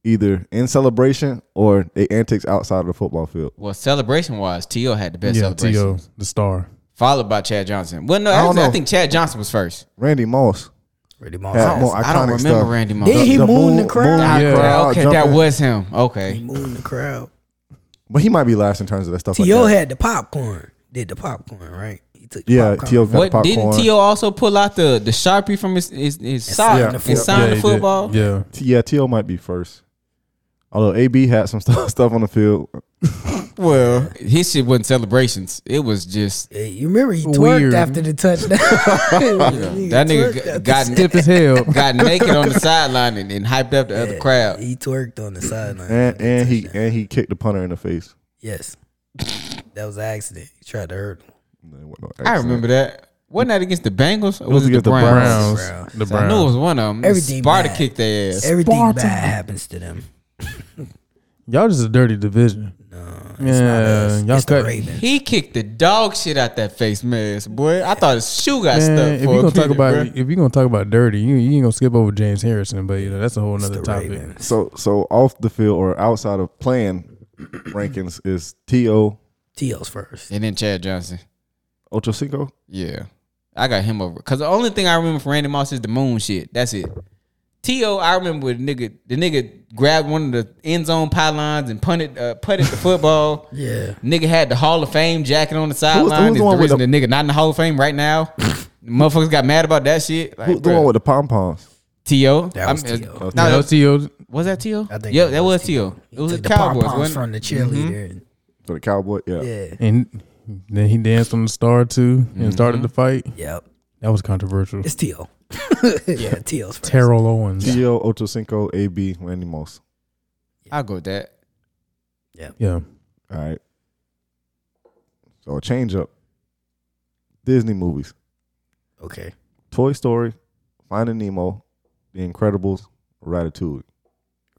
C: either in celebration or they antics outside of the football field.
A: well, celebration wise, T.O. had the best
D: Yeah,
A: celebration.
D: T.O., the star.
A: Followed by Chad Johnson. Well, no,
C: I don't
A: actually, I,
C: know.
A: think Chad Johnson was first.
C: Randy Moss
B: Randy Moss.
C: had more
A: I don't
C: iconic
A: remember
C: stuff.
A: Randy Moss.
B: Then he
C: The moon-
B: mooned the crowd.
D: moon-
A: Ah,
D: Yeah.
A: crowd, okay, that
C: jumping.
A: was him.
B: He
A: Okay.
B: mooned the crowd.
C: but he might be last in terms of that stuff. like
B: T.O.
C: that.
B: had the popcorn. Did the popcorn, right? He took the
C: yeah,
B: popcorn.
C: T.O. got
A: What
C: popcorn.
A: didn't T.O. also pull out the the sharpie from his his, his sock
C: signed the
A: and
B: football.
A: sign
D: yeah,
A: the
D: he did.
A: football?
D: Yeah.
C: T- yeah, T.O. might be first. Although AB had some <laughs> stuff stuff on the field.
A: Well, his shit wasn't celebrations. It was just
B: Hey, you remember he twerked
D: Weird.
B: after
A: <laughs>
B: the touchdown. <laughs>
A: that nigga
B: twerked
A: got,
B: after <laughs>
A: got
D: Tip as hell.
A: got naked on the sideline and, and hyped up the other crowd.
B: He twerked on the sideline.
C: And and he
B: Touchdown.
C: and he kicked the punter in the face.
B: yes, that was an accident. He tried to hurt him.
C: There wasn't no
A: I
C: accident.
A: remember that. Wasn't that against the Bengals or
C: was
A: was it the
C: against the
A: Browns?
D: Browns.
B: Browns.
D: The
A: I knew it was
D: Browns.
A: one of them.
B: Everything
A: Sparta
B: bad.
A: kicked their ass.
B: Everything
D: Spartan.
B: bad happens to them.
D: Y'all just a dirty division.
B: It's not
D: yeah.
B: us.
D: Y'all
B: it's the
D: cut.
B: Ravens.
A: He kicked the dog shit out that face mask, boy. I thought his shoe got
D: Man,
A: stuck.
D: if
A: for
D: you
A: a
D: gonna talk
A: minute,
D: about
A: bruh.
D: if you gonna talk about dirty, you, you ain't gonna skip over James Harrison, but you know that's a whole
B: It's
D: nother
B: the
D: topic.
B: Ravens.
C: So so off the field or outside of playing <clears throat> rankings is T.O.
B: T.O.'s first.
A: and then Chad Johnson,
C: Ocho Cinco.
A: yeah, I got him over. Cause the only thing I remember from Randy Moss is the moon shit. That's it. To I remember the nigga, the nigga grabbed one of the end zone pylons and punted, uh, putted the football.
B: Yeah.
A: Nigga had the Hall of Fame jacket on the
C: who's
A: sideline.
C: the
A: Is the,
C: one with
A: reason the,
C: the-
A: nigga not in the Hall of Fame right now. Motherfuckers got mad about that shit. Like,
C: Who's the
A: bruh,
C: one with the pom poms?
A: T.O.
B: That was
A: I'm-
B: T.O.
A: uh,
D: Yeah,
A: no,
D: LTO,
A: was that T.O.?
B: I think
A: yeah,
B: that
A: that
B: was
A: was T.O. It was
B: Took
A: the
B: the
A: Cowboys.
B: pom-poms
A: wasn't it? Mm-hmm.
B: from the cheerleader.
C: For the cowboy, yeah.
B: Yeah.
D: and then he danced on the star too and started the fight.
B: Yep.
D: That was controversial.
B: It's <laughs> T.O. yeah, T.O.'s first.
D: Terrell Owens.
C: T.O. Ocho Cinco, A.B. Randy Moss.
A: I'll go with that.
D: Yeah.
C: All right. So a change up. Disney movies:
B: Okay.
C: Toy Story, Finding Nemo, The Incredibles, Ratatouille.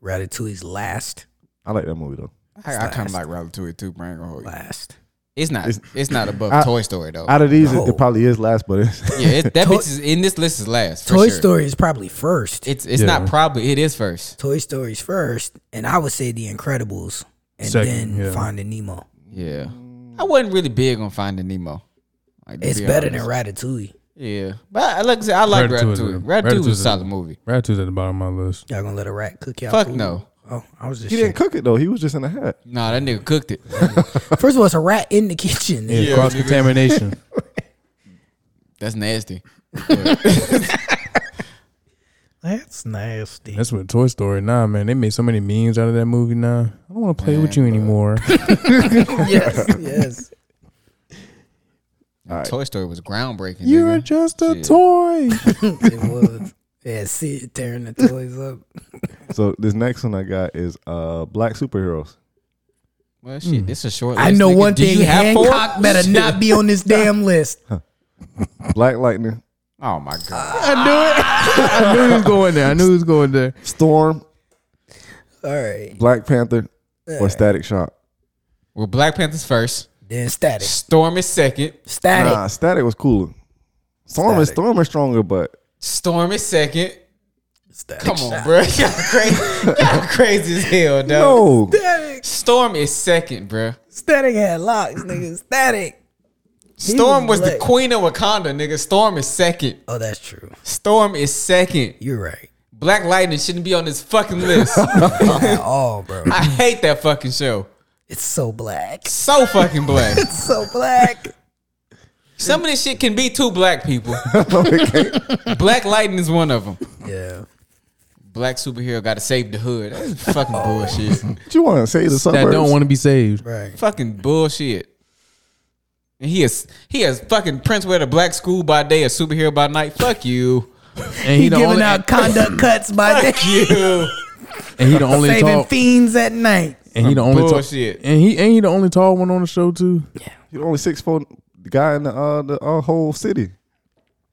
B: Ratatouille's last.
C: I like that movie though.
A: I, I kind of like
B: last.
A: Ratatouille too, bro. I ain't gonna hold you.
B: Last.
A: It's not. It's,
C: It's-
A: not above
C: I-
A: Toy Story though.
C: Out of these, it-
B: No.
C: it, probably is last, but
B: <laughs>
C: it's <laughs>
A: yeah, it, that
B: Toy-
A: bitch is in this list is last. for
B: Toy
A: sure.
B: Story is probably first.
A: It's it's
D: Yeah.
A: not probably it is first.
B: Toy Story's first, and I would say The Incredibles, and then
D: Second, yeah.
B: Finding Nemo.
A: Yeah, I wasn't really big on Finding Nemo. Like, to
B: It's
A: be
B: better than
A: honest.
B: Ratatouille.
A: Yeah, but I, like I said, I like
D: Ratatouille's
A: Ratatouille. Ratatouille
D: a-
A: was
D: Ratatouille's
A: a
D: a-
A: solid movie.
D: Ratatouille's at the bottom of my list.
B: Y'all gonna let a rat cook y'all?
A: Fuck
B: food?
A: no.
B: Oh, I was just.
C: he didn't
B: Cook.
C: cook it though. He was just in the hat.
A: Nah, that nigga cooked it.
B: First of all, it's a rat in the kitchen.
D: Yeah, cross contamination.
A: That's nasty.
F: That's
D: <laughs>
F: nasty.
D: That's what Toy Story. Nah, man, they made so many memes out of that movie. Now I don't want to play with you anymore.
B: <laughs>
A: <laughs>
B: yes, yes.
C: All right.
A: Toy Story was groundbreaking.
D: You're
A: nigga.
D: just a
A: Shit.
B: <laughs>
D: toy.
B: It was. Yeah, see it tearing the toys up.
C: So this next one I got is uh black superheroes.
A: Well, shit, this is a short.
F: I
A: list,
F: know
A: nigga.
F: one
A: Do
F: thing.
A: you have four?
F: Hancock better
A: Shit.
F: not
A: <laughs>
F: be on this damn list.
C: Black Lightning,
A: Oh my god.
D: I knew he was going there. I knew he was going there.
C: Storm,
B: All right.
C: Black Panther, or Static Shock.
A: Well, Black Panther's first.
B: Then static.
A: Storm is second.
B: Static.
C: Nah, Static was cooler. Storm is
B: Static.
C: Storm is stronger, but
A: Storm is second.
B: static.
A: Come on, bro. <laughs> Y'all crazy. Y'all crazy as hell, dog.
C: no,
B: Static.
A: Storm is second, bro.
B: Static had locks, nigga. Static.
A: Storm was
B: was
A: the
B: lit.
A: queen of Wakanda, nigga. Storm is second.
B: Oh, that's true.
A: Storm is second.
B: You're right.
A: Black Lightning shouldn't be on this fucking list. <laughs>
B: At all, bro.
A: I hate that fucking show.
B: It's so black.
A: So fucking black.
B: It's so
A: <laughs>
B: black.
A: Some of this shit can be two black people. Black Lightning is one of them.
B: Yeah.
A: Black superhero got to save the hood. That's fucking bullshit.
C: what you want to say the suburbs?
D: That don't want to be saved.
B: Right.
A: fucking bullshit. And he is he is fucking Prince wear the black school by day, a superhero by night. Fuck you.
D: And he,
F: He
D: the
F: giving
A: <laughs>
D: only,
F: out conduct cuts by day,
A: Fuck you.
D: and he the only
F: saving
D: tall.
F: fiends at night.
D: And he the only tall.
A: Bullshit.
D: And he ain't he the only tall one on the show too.
C: You're only six foot. the guy in the uh, the uh, whole city.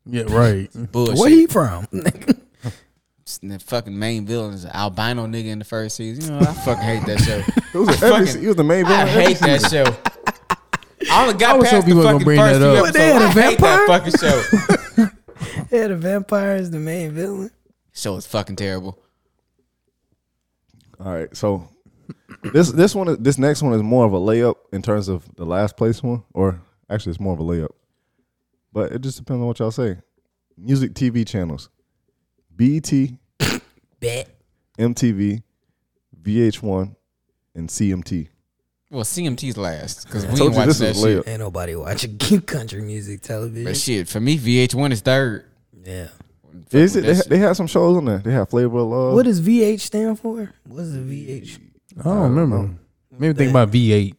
D: Yeah, right.
A: Bullshit.
B: Where he from?
A: It's The fucking main villain is an albino nigga in the first season. You know, I fucking hate that show.
C: <laughs> It was
A: I
C: a, every,
A: fucking-
C: he was the main villain.
A: I hate that show. I only got
D: I was
A: past
D: hoping
A: the
D: you
A: fucking
D: wasn't gonna bring
A: first
D: that
A: few
D: up.
A: episodes. I
B: They had a
A: hate that
B: vampire?
A: fucking show.
B: <laughs> yeah, the vampire is the main villain.
A: show is fucking terrible.
C: All right, so this this one is- this next one is more of a layup in terms of the last place one, or actually it's more of a layup. But it just depends on what y'all say. Music TV channels, E BET,
B: <laughs> Bet.
C: MTV, VH1, and CMT.
A: Well, CMT's last because we
C: Told
A: ain't
C: you
A: watching
C: this
A: that
C: is
A: shit.
C: layup.
B: Ain't nobody watching <laughs> country music television.
A: But shit, for me, VH1 is third.
B: Yeah.
C: Is it?
A: with
C: They,
A: that
C: ha- they had some shows on there. They had Flavor of Love.
B: What does VH stand for? What's a VH?
D: I don't remember. Maybe think about V8.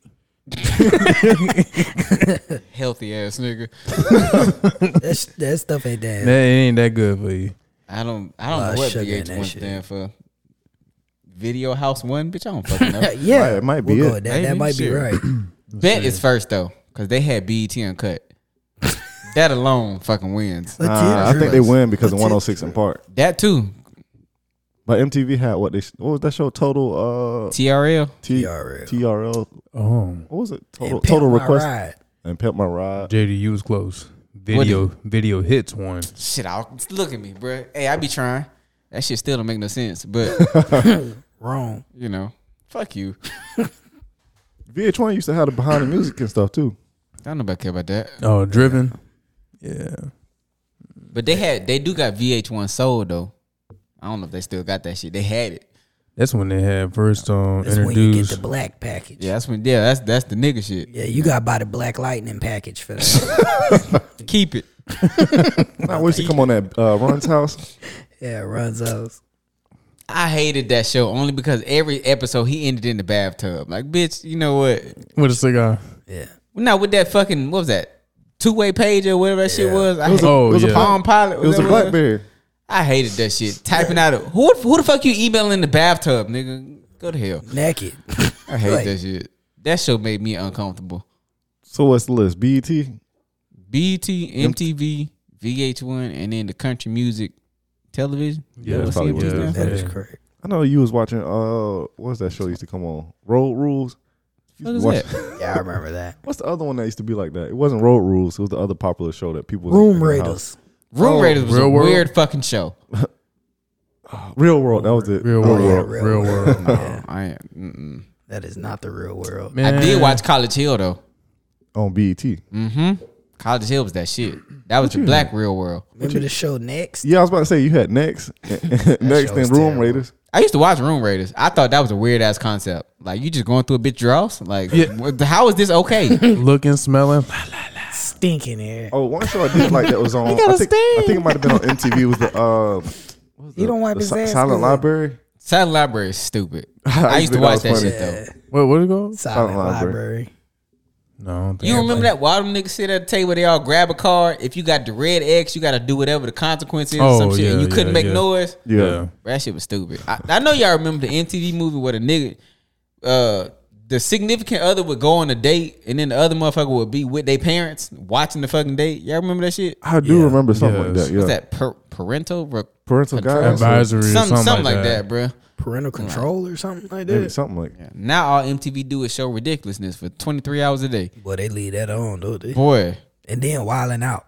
A: Healthy ass nigga.
B: That's, that stuff ain't
D: That
B: that.
D: ain't that good for you.
A: I don't. I don't
B: Lot of
A: know what
B: sugar in that
A: VH1
B: shit.
A: stand for. Video House One, bitch. I don't fucking know.
B: <laughs> Yeah,
C: Right, it might be
B: we'll go
C: it.
B: with That,
A: Maybe,
B: that might be
A: shit.
B: right.
A: Bet is first though, because they had BET uncut. <laughs> that alone fucking wins.
B: Let's hear
C: Nah, I
B: it.
C: think they win because of
B: What's
C: 106
B: it?
C: in part.
A: That too.
C: But MTV had what they what was that show? Total uh
A: TRL.
C: T-
B: TRL.
C: TRL.
D: Oh,
C: What was it?
B: And
C: Total
B: Pimp
C: Total
B: My
C: Request
B: Ride.
C: and Pimp My Ride.
D: JD, you was close. Video, video hits one.
A: Shit, I'll look at me, bruh. Hey, I be trying. That shit still don't make no sense, but <laughs>
B: Wrong.
A: you know, fuck you.
C: VH1 used to have the behind the music and stuff
B: <laughs>
C: too.
A: I don't know about care about that.
D: Oh, driven. Yeah.
A: But they had they do got VH1 sold though. I don't know if they still got that shit. They had it.
D: That's when they had first um
B: That's when you get
D: introduced.
B: the black package.
A: Yeah, that's when. Yeah, that's that's the nigga shit.
B: Yeah, you got to buy the black lightning package
C: <laughs>
B: for that.
A: Keep it.
C: I wish to come on that uh, Ron's
B: <laughs>
C: house.
B: yeah, runs us.
A: I hated that show only because every episode he ended in the bathtub. Like, bitch, you know what?
D: with a cigar.
B: Yeah.
A: Now with that fucking what was that two way page or whatever that shit was? I
C: It was a,
D: Oh,
C: it was
D: yeah.
C: a <laughs> palm
A: Palm
C: pie.
A: Pilot.
C: It was a
A: that what it was?
C: BlackBerry.
A: I hated that shit. Typing out of who who the fuck you emailing in the bathtub, nigga? Go to hell.
B: Naked. <laughs>
A: I hate
B: Like-
A: that shit. That show made me uncomfortable.
C: So what's the list? E BET.
A: BET, MTV, VH1, and then the country music television.
D: Yeah,
A: That was
C: probably
A: CMT
D: what it
A: now?
D: is.
B: That is
D: Yeah.
B: correct.
C: I know you was watching. Uh, what's that show used to come on? Road Rules. You
A: What is
C: watch-
A: that?
B: Yeah, I remember that.
C: <laughs> What's the other one that used to be like that? It wasn't Road Rules. It was the other popular show that people was in
B: Room
C: the
B: Raiders.
A: Room
D: Oh,
A: Raiders was
D: Real
A: a
D: World?
A: weird fucking show.
C: house. Real World. That was it.
D: Real
B: Oh,
D: world,
B: yeah,
D: real, world.
B: Yeah.
A: I, mm-mm.
B: That is not the real world.
A: I
D: <laughs> Man.
A: did watch College Hill though.
C: on E BET.
A: Mm-hmm. College Hill was that shit. That was the black real world.
B: Remember the show Next?
C: Yeah, I was about to say you had next, <laughs> next,
B: show
C: and
B: was
C: Room
B: terrible.
C: Raiders.
A: I used to watch Room Raiders. I thought that was a weird ass concept. Like you just going through a bitch draws. Like
D: Yeah.
A: what- how is this
D: <laughs>
A: okay?
D: Looking, smelling.
F: Stinking air.
C: Oh, one show I did like that was on.
A: got
C: I
A: a
C: think, I think it might have been on MTV. Was the uh,
B: He don't wipe
C: the
B: his
C: Si-
B: ass.
C: Silent
B: good.
C: Library?
A: Silent Library is stupid. I used to
C: That
A: watch
C: was
A: that
C: funny.
A: shit though.
D: Wait, what it go?
B: Silent
C: Silent Library.
B: Library.
D: No, I don't think
A: You remember that while them niggas sit at the table, they all grab a card. If you got the red X, you got to do whatever the consequences or some
D: Oh,
A: shit. and
D: yeah,
A: you couldn't
D: yeah,
A: make
D: yeah.
A: noise.
C: Yeah.
A: That shit was stupid. I, I know y'all remember the MTV movie where the nigga, uh, the significant other would go on a date and then the other motherfucker would be with their parents watching the fucking date. Y'all remember that shit?
C: I do remember something like
D: Yes.
C: that. Yeah.
A: What's that? Per- parental? Re-
C: Parental guidance. or
D: Advisory, or
A: some,
D: something,
A: something, like that, bruh.
B: Parental control or something like
C: Maybe
B: that.
C: something like
A: Now all MTV do is show ridiculousness for 23 hours a day.
B: Boy, they leave that on, don't they?
A: Boy,
B: And then wilding out.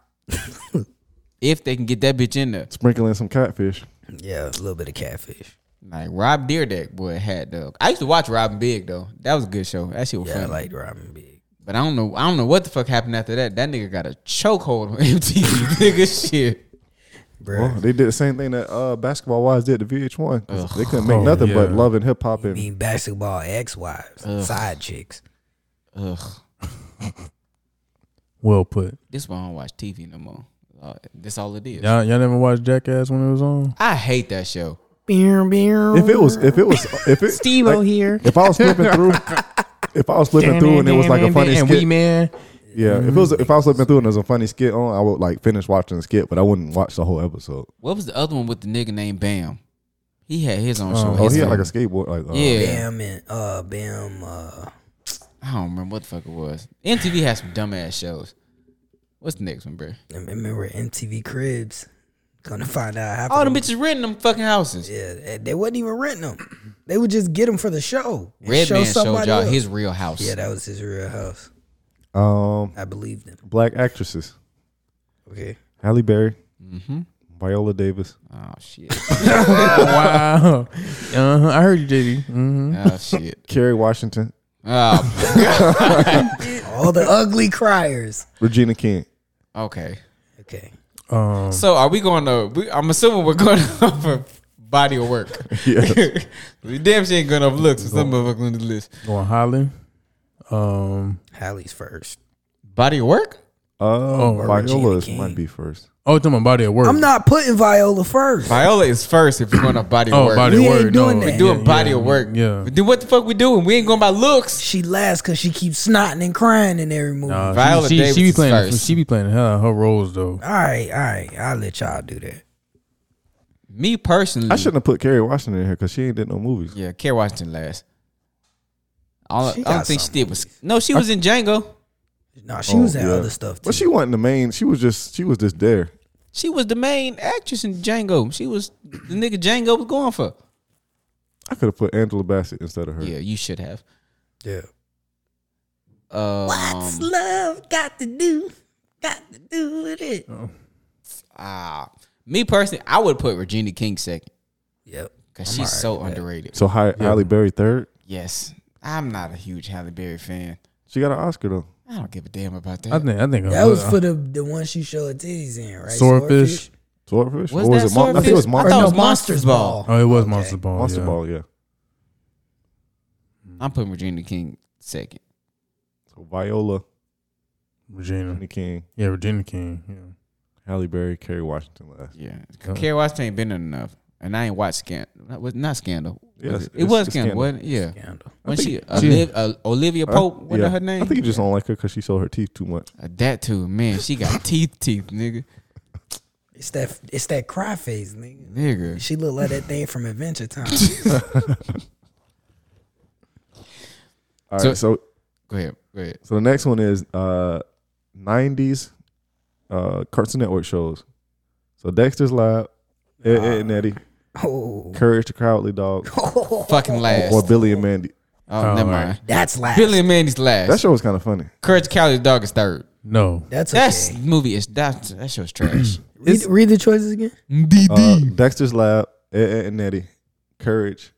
A: if they can get that bitch in there.
C: sprinkling some catfish.
B: Yeah, a little bit of catfish.
A: Like Rob Deerdeck, boy, had though. I used to watch Robin Big though. That was a good show. That shit was
B: Yeah, I
A: funny.
B: like Robin Big.
A: but I don't know. I don't know what the fuck happened after that. That nigga got a chokehold on <laughs> MTV. nigga, shit.
B: Bro,
C: Well, they did the same thing that uh, Basketball Wives did to VH1. 'cause They couldn't make
D: Oh,
C: nothing but
D: yeah.
C: love and hip hop
B: I
C: and
B: mean basketball ex-wives, side chicks.
A: Ugh.
D: Well put.
A: This why I don't watch TV no more. Uh, that's all it is.
D: Y'all, y'all never watched Jackass when it was on?
A: I hate that show.
C: If it was, if it was, if it Steve here. If I was flipping through, if I was flipping through and it was like a funny
D: and
C: skit,
D: we man.
C: yeah. If it was, if I was flipping through and there was a funny skit on, I would like finish watching the skit, but I wouldn't watch the whole episode.
A: What was the other one with the nigga named Bam? He had his own show.
D: Oh,
C: Oh,
A: His
C: he had
A: own-
C: like a skateboard, like uh,
A: yeah.
B: Bam and uh Bam uh
A: I don't remember what the fuck it was. MTV had some dumbass shows. What's the next one, bro?
B: I remember MTV Cribs. Gonna find out how.
A: All them bitches renting them fucking houses.
B: Yeah, they- they wasn't even renting them. They would just get them for the show. and
A: Red man showed
B: somebody
A: y'all
B: else.
A: his real house.
B: Yeah, that was his real house.
C: Um,
B: I believe them.
C: black actresses:
B: Okay.
C: Halle Berry,
A: Mm-hmm.
C: Viola Davis.
A: oh shit.
D: <laughs> wow. Uh-huh. I heard you, JD. Mm-hmm.
A: Oh shit.
C: Kerry Washington,
A: Oh.
B: All the ugly criers.
C: Regina King.
A: Okay.
B: Okay.
D: Um,
A: So are we going to? We, I'm assuming we're going <laughs> off a body of
D: <laughs>
A: work.
C: Yes.
A: <laughs> we damn sure ain't going off looks for some motherfuckers on this list.
D: going Holland. Um,
B: Hallie's first.
A: Body of work?
C: Oh,
D: or
B: Regina
C: Viola is-
B: King.
C: might be
A: Mm.
C: first.
D: oh, to my body at work.
B: I'm not putting Viola first.
A: Viola is first if we're going off body of
D: Oh,
A: work.
D: body
B: We
D: at
B: ain't
D: work.
B: doing
D: no,
B: that.
A: we do a
D: yeah,
A: body
D: yeah,
A: of work.
D: Yeah.
A: We do what the fuck we doing? We ain't going by looks.
B: She last because she keeps snotting and crying in every movie.
D: Nah,
A: Viola
D: she, she,
A: Davis
D: she be
A: is
D: playing.
A: first.
D: She be playing hell out of her roles though.
B: All right, all right. I'll let y'all do that.
A: Me personally,
C: I shouldn't have put Kerry Washington in here because she ain't did no movies.
A: Yeah, Kerry Washington last. All, I
B: She
A: don't
B: got
A: think she
B: some
A: did was no. She was in Django.
B: No, she was
C: Oh,
B: at
C: yeah.
B: other stuff too.
C: But she wasn't the main. She was just she was just there.
A: She was the main actress in Django. She was the nigga Django was going for.
C: I could have put Angela Bassett instead of her.
A: Yeah, you should have.
B: yeah.
A: Um,
B: What's love got to do? Got to do with it.
A: Ah, me personally, I would put Regina King second
B: Yep.
A: because
B: I'm
A: she's so
B: all right with that.
A: underrated.
C: So Hi- Halle Berry third.
A: Yes, I'm not a huge Halle Berry fan.
C: She got an Oscar though.
A: I don't give a damn about that.
D: I think. I think
B: That was for the the one she showed titties in, right?
D: Swordfish.
C: Swordfish.
A: Was
C: or was
A: that
C: it? Mon- I think it was Monster,
A: Swordfish? I thought
B: Or
A: it was Monsters
B: no, Monsters
A: Ball.
B: Ball.
D: Oh, it was
B: Okay.
D: Monster Ball.
C: Monster
D: yeah.
C: Ball. Yeah.
A: I'm putting Regina King second.
C: So Viola,
D: Regina.
C: Regina King,
D: Yeah, Regina King. Yeah.
C: Halle Berry, Kerry Washington last.
A: Yeah,
D: Oh.
A: Kerry Washington ain't been in enough, and I ain't watched Scandal. Not, was- not Scandal.
C: Yeah,
A: Was
C: it's-
A: it? it was
C: it's
A: Scandal,
C: Scandal.
A: wasn't it? Yeah.
B: Scandal.
A: When she,
D: she-
A: Oliv- uh, Olivia Pope,
C: Uh,
A: what
C: yeah.
A: her name?
C: I think you just don't like her because she showed her teeth too much.
A: Uh, that too, man. She got <laughs> teeth, teeth, nigga,
B: It's that it's that cry phase, nigga.
A: nigga.
B: She looked like that thing from Adventure Time.
C: All
A: So-
C: right. So
A: Go ahead, go ahead.
C: so the next one is uh, '90s uh, Cartoon Network shows. So Dexter's Lab, Ed, Ed and Eddie,
B: oh,
C: Courage the Cowardly Dog,
A: Fucking last.
C: or Billy and Mandy.
A: oh,
D: Oh,
A: never
D: alright.
A: mind.
B: that's last.
A: Billy and Mandy's last.
C: That show was kind of funny.
A: Courage the Cowardly Dog is third.
D: No.
B: That's okay.
A: That's movie is that that show's trash.
B: read, read the choices again.
C: Uh, Dexter's Lab, Ed, Ed and Eddie, Courage,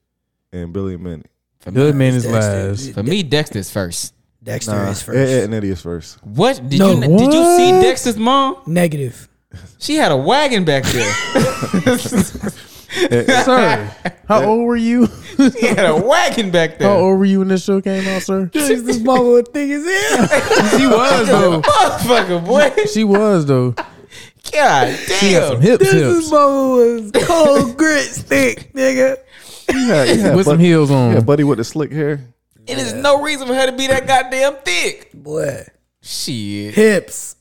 C: and Billy and Mandy.
A: For me,
D: Good man is
B: Dexter.
D: last.
A: for me, Dexter's first.
B: Dexter
C: Nah,
B: is
C: Ed, Ed
B: first.
C: and Eddie is first.
A: What did
B: No,
A: you did you see
D: what?
A: Dexter's mom?
B: Negative.
A: She had a wagon
C: <laughs>
A: back there.
D: sir, how old were you?
A: she had a wagon back there.
C: Oh.
D: How old were you when this show came out, sir?
B: this mama thing is here.
D: She was though.
A: Motherfucker, boy.
C: <laughs>
D: She was though.
A: God
D: She had some
A: damn.
D: hips,
B: <laughs> This
D: hips
B: is mama was <laughs> cold grit stick, nigga.
C: Yeah, yeah,
D: with some
C: Bud-
D: heels on.
C: Yeah, buddy with the slick hair.
A: It is no reason for her to be that goddamn thick.
B: Boy,
A: Shit.
B: <laughs> hips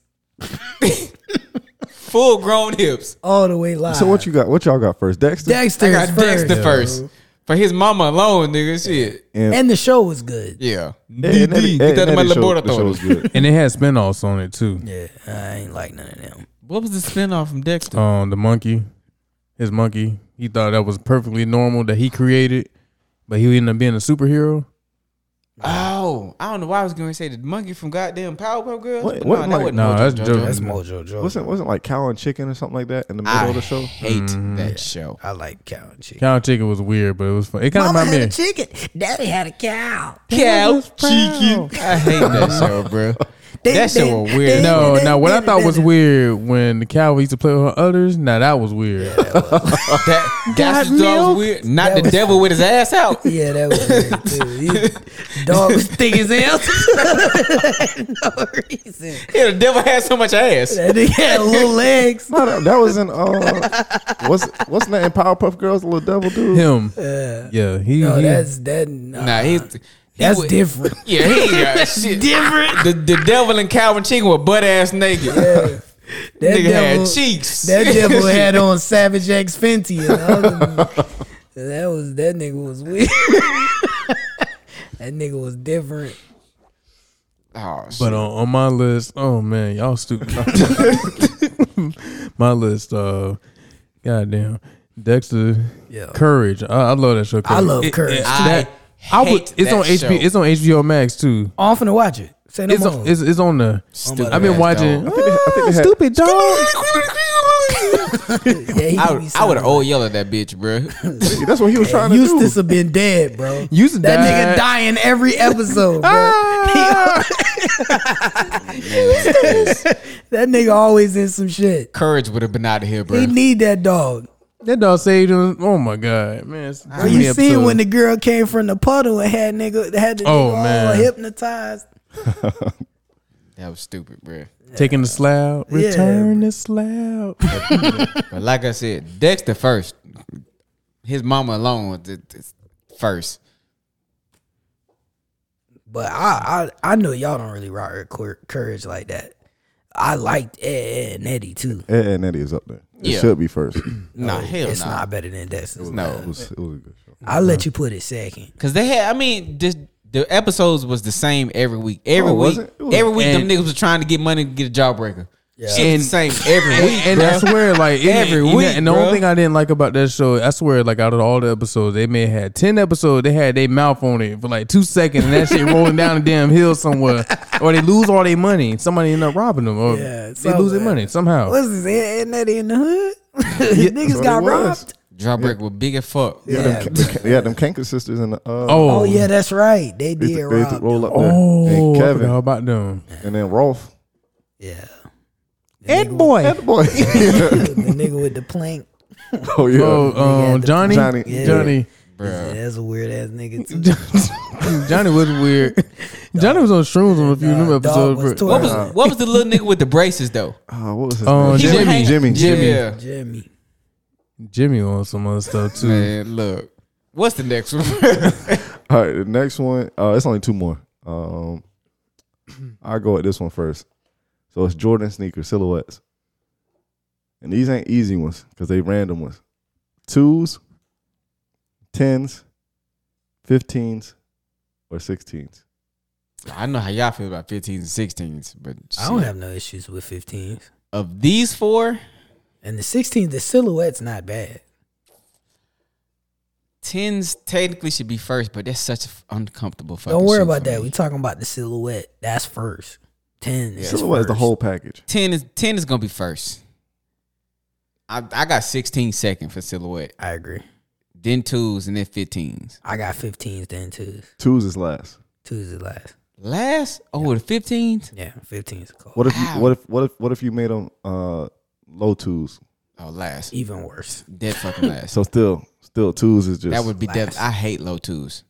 A: Full grown hips.
B: all the way live.
C: So what you got? What y'all got first? Dexter
B: Dexter
A: I
B: is
A: got
B: first.
A: Dexter first. For his mama alone, nigga. Shit.
C: and,
B: And the show was good.
A: Yeah.
C: Ed, Ed, and
A: DD.
C: Eddie-
A: Get
C: Ed,
A: that
C: and
A: in my
C: Eddie show, the show
A: laboratory.
C: was
D: <laughs>
C: good.
D: and it had spinoffs on it too.
B: Yeah, I ain't like none of them.
A: What was the spinoff from Dexter?
D: Um, the monkey, his monkey, he thought that was perfectly normal that he created, but he ended up being a superhero.
A: Oh, I don't know why I was going to say the monkey from goddamn Powerpuff Girls.
C: What-
A: but
C: what,
A: no, that
C: like-
A: wasn't
D: No,
A: Mojo
D: that's
A: Jojo.
D: Jojo.
B: That's
C: Mm.
B: Mojo Jojo.
C: wasn't wasn't like cow and chicken or something like that in the middle
A: I
C: of the show.
A: hate that show.
B: I like cow and chicken.
D: Cow chicken was weird, but it was fun. It kind of reminded me. of-
B: chicken. Daddy had a cow.
A: Cow chicken. I hate that show, bro. That shit was weird.
D: No, now what I thought was weird when the cow used to play with her others. Now that was weird.
A: That that's what was weird. Not the
B: was-
A: devil with his ass out. <laughs>
B: Yeah, that was weird <laughs> too. You- Dog was thick as hell. no reason.
A: Yeah, the devil had so much ass.
B: That nigga had little legs.
C: No, that, that was in uh, what's what's that in Powerpuff Girls? The little devil dude.
D: Him, yeah, he.
B: No,
D: he-
B: that's that. Mm-hmm. Nah,
A: Nah, he's he
B: that's
A: was-
B: different.
A: <laughs> Yeah, he
B: <laughs>
A: yeah, shit. different. The, the devil and Calvin Chicken were butt ass naked.
B: That
A: Nigga
B: devil,
A: had cheeks.
B: That devil
A: <laughs>
B: had on Savage X Fenty. and all them- that was that <laughs> nigga was weird. that nigga was different.
A: Oh,
D: But on, on my list, oh man, y'all stupid. <laughs> my list, uh, goddamn, Dexter,
B: Yeah.
D: Courage. I, I love that show.
B: I love Courage.
A: I
D: that- I would.
A: hate
D: It's
A: that
D: on
A: show.
D: HBO. It's on HBO Max too.
B: Oh, I'm finna watch it. Say no
D: it's,
B: more.
D: on, it's it's on the.
A: Stupid
D: I've been
A: ass
D: watching. Ah,
A: dog.
C: I think they had-
D: stupid dog.
B: <laughs> yeah, he be
A: I,
B: sounding-
A: would have old yelled at that bitch, bro.
C: That's what he was trying to
B: Eustace
C: do.
B: have been dead, bro.
D: Used to
B: That
D: die.
B: nigga dying every
A: <laughs>
B: episode, bro.
D: Ah!
B: <laughs> That nigga always in some shit.
A: Courage would have been out of here, bro.
B: He need that dog.
D: <laughs> that dog saved him. Oh my god, man! it's too
B: Bro, you
D: many
B: seen when
D: episodes.
B: the girl came from the puddle and had nigga had the
D: Oh,
B: nigga all
D: man.
B: hypnotized.
A: That was stupid, bro.
D: taking the slab, return the slab.
A: But like I said, Dexter first. His mama alone was the- the first.
B: But I, I I know y'all don't really rock with cour- courage like that. I liked Ed, Ed and Eddie too.
C: Ed and Eddie is up there. It
A: Yeah.
C: should be
D: <clears throat>
C: first.
A: Nah, hell
B: it's
A: nah.
B: not better than Dexter's.
A: No.
C: it was, it was a good show.
B: I'll let you put it second.
A: Cause they had, I mean, just the episodes was the same every week. Every
C: Oh, was
A: week,
C: it? It was-
A: every week,
D: And-
A: them niggas was trying to get money to get a jawbreaker. Yeah. Shit
D: And-
A: was the same every week,
D: and
A: bro.
D: I swear, like it-
A: Every
D: you know,
A: week,
D: And the only
A: bro.
D: thing I didn't like about that show, I swear, like out of all the episodes, they may have had ten episodes. They had their mouth on it for like two seconds, and that shit rolling down a damn hill somewhere, or they lose all their money. Somebody end up robbing them, or
B: Yeah,
D: they lose their
B: somewhere.
D: money somehow.
B: What's this? Ed, Ed and Eddie in the
C: <laughs>
B: hood? <laughs> Niggas
C: what it
B: got
C: was.
B: robbed.
A: Jawbreaker was big as fuck.
C: Yeah, <laughs> them, ca- the, ca- yeah, them Kanker sisters and the. Uh,
D: oh,
B: Oh yeah, that's right.
C: They,
B: They did
C: used to- they used to
B: rob.
C: roll
B: them.
C: up there.
D: oh,
C: and
D: I
C: Kevin.
D: forgot about them?
C: And then
D: <laughs>
C: Rolf.
B: Yeah.
D: Ed boy.
C: That boy.
B: the nigga with the plank.
C: <laughs> oh, yeah.
D: Oh, um,
B: the-
D: Johnny,
C: Johnny.
D: Johnny,
C: Yeah.
D: Johnny,
B: Yeah, that's a weird
C: <laughs>
B: ass nigga too.
D: Johnny was weird. Johnny was on shrooms on a few new
B: Dog
D: episodes.
B: was
D: bro.
B: twerking.
A: What was what was the little nigga with the braces though?
C: Oh, what was his
D: Oh,
C: name?
D: He Jimmy.
C: <laughs>
A: hang-
C: Jimmy.
D: Jimmy.
A: Yeah.
B: Jimmy.
D: Jimmy on some other stuff too.
A: Man, look. What's the next one? <laughs>
C: All right, the next one. Uh, it's only two more. Um, I go at this one first. So it's Jordan sneaker silhouettes, and these ain't easy ones because they random ones. Twos, tens, fifteens, or sixteens.
A: I know how y'all feel about 15s and 16s, but
B: I don't
A: shit.
B: have no issues with 15s.
A: of these four,
B: And the 16, the silhouette's not bad.
A: 10s technically should be first, but that's such f- uncomfortable fucking
B: Don't worry
A: shit
B: about
A: for
B: that.
A: me.
B: We talking about the silhouette. That's first. 10 is
C: Silhouette is the
B: first.
C: whole package.
A: 10 is 10 is going to be first. I, I got 16 second for silhouette,
B: I agree.
A: then 2s, and then 15s.
B: I got 15s then twos.
C: Twos is last.
B: Twos is last.
A: Last, oh, the 15s?
B: Yeah, 15s cold.
C: What if you, what if what if what if you made them uh, low twos?
A: Oh, last.
B: Even worse.
A: Dead fucking
C: <laughs>
A: last.
C: So still still twos is just
A: that would be dead.
B: Last.
A: I hate low 2s.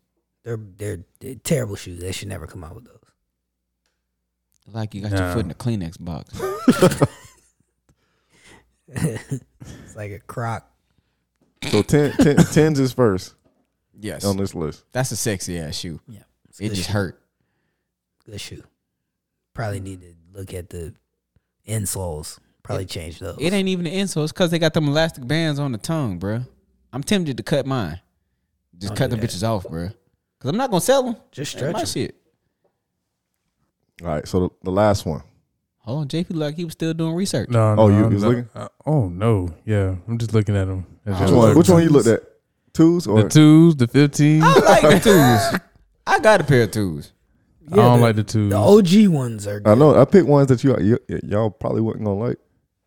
B: They're, they're they're terrible shoes. They should never come out with those.
A: Like you got your
D: Nah.
A: foot in a Kleenex box. <laughs>
B: <laughs> It's like a croc.
C: <laughs> so ten, ten, tens is first
A: yes.
C: on this list.
A: That's a sexy ass shoe.
B: Yeah. It's
A: It
B: good
A: just
B: shoe.
A: hurt.
B: Good shoe. Probably need to look at the insoles. Probably change those.
A: It ain't even the insole. It's because they got them elastic bands on the tongue, bruh. I'm tempted to cut mine. Just
B: Don't
A: cut
B: do
A: them
B: that.
A: bitches off, bruh. Because I'm not going to sell them.
B: Just
A: That's
B: stretch
A: my
B: 'em.
A: shit.
C: All right, so the, the last one.
A: Hold on, JP like he was still doing research.
D: No, no.
C: Oh, you-
D: I'm
C: you was
D: not-
C: looking?
D: uh, oh no, yeah. I'm just looking at them.
C: Which one? Which one you looked at? Twos or
D: The twos, the fifteen.
B: Oh,
D: I
A: I like the twos. <laughs> I got a pair of twos.
D: don't
B: the-
D: like the twos.
B: The OG ones are
C: I
B: good.
C: know I picked ones that you, you y'all probably wasn't gonna like.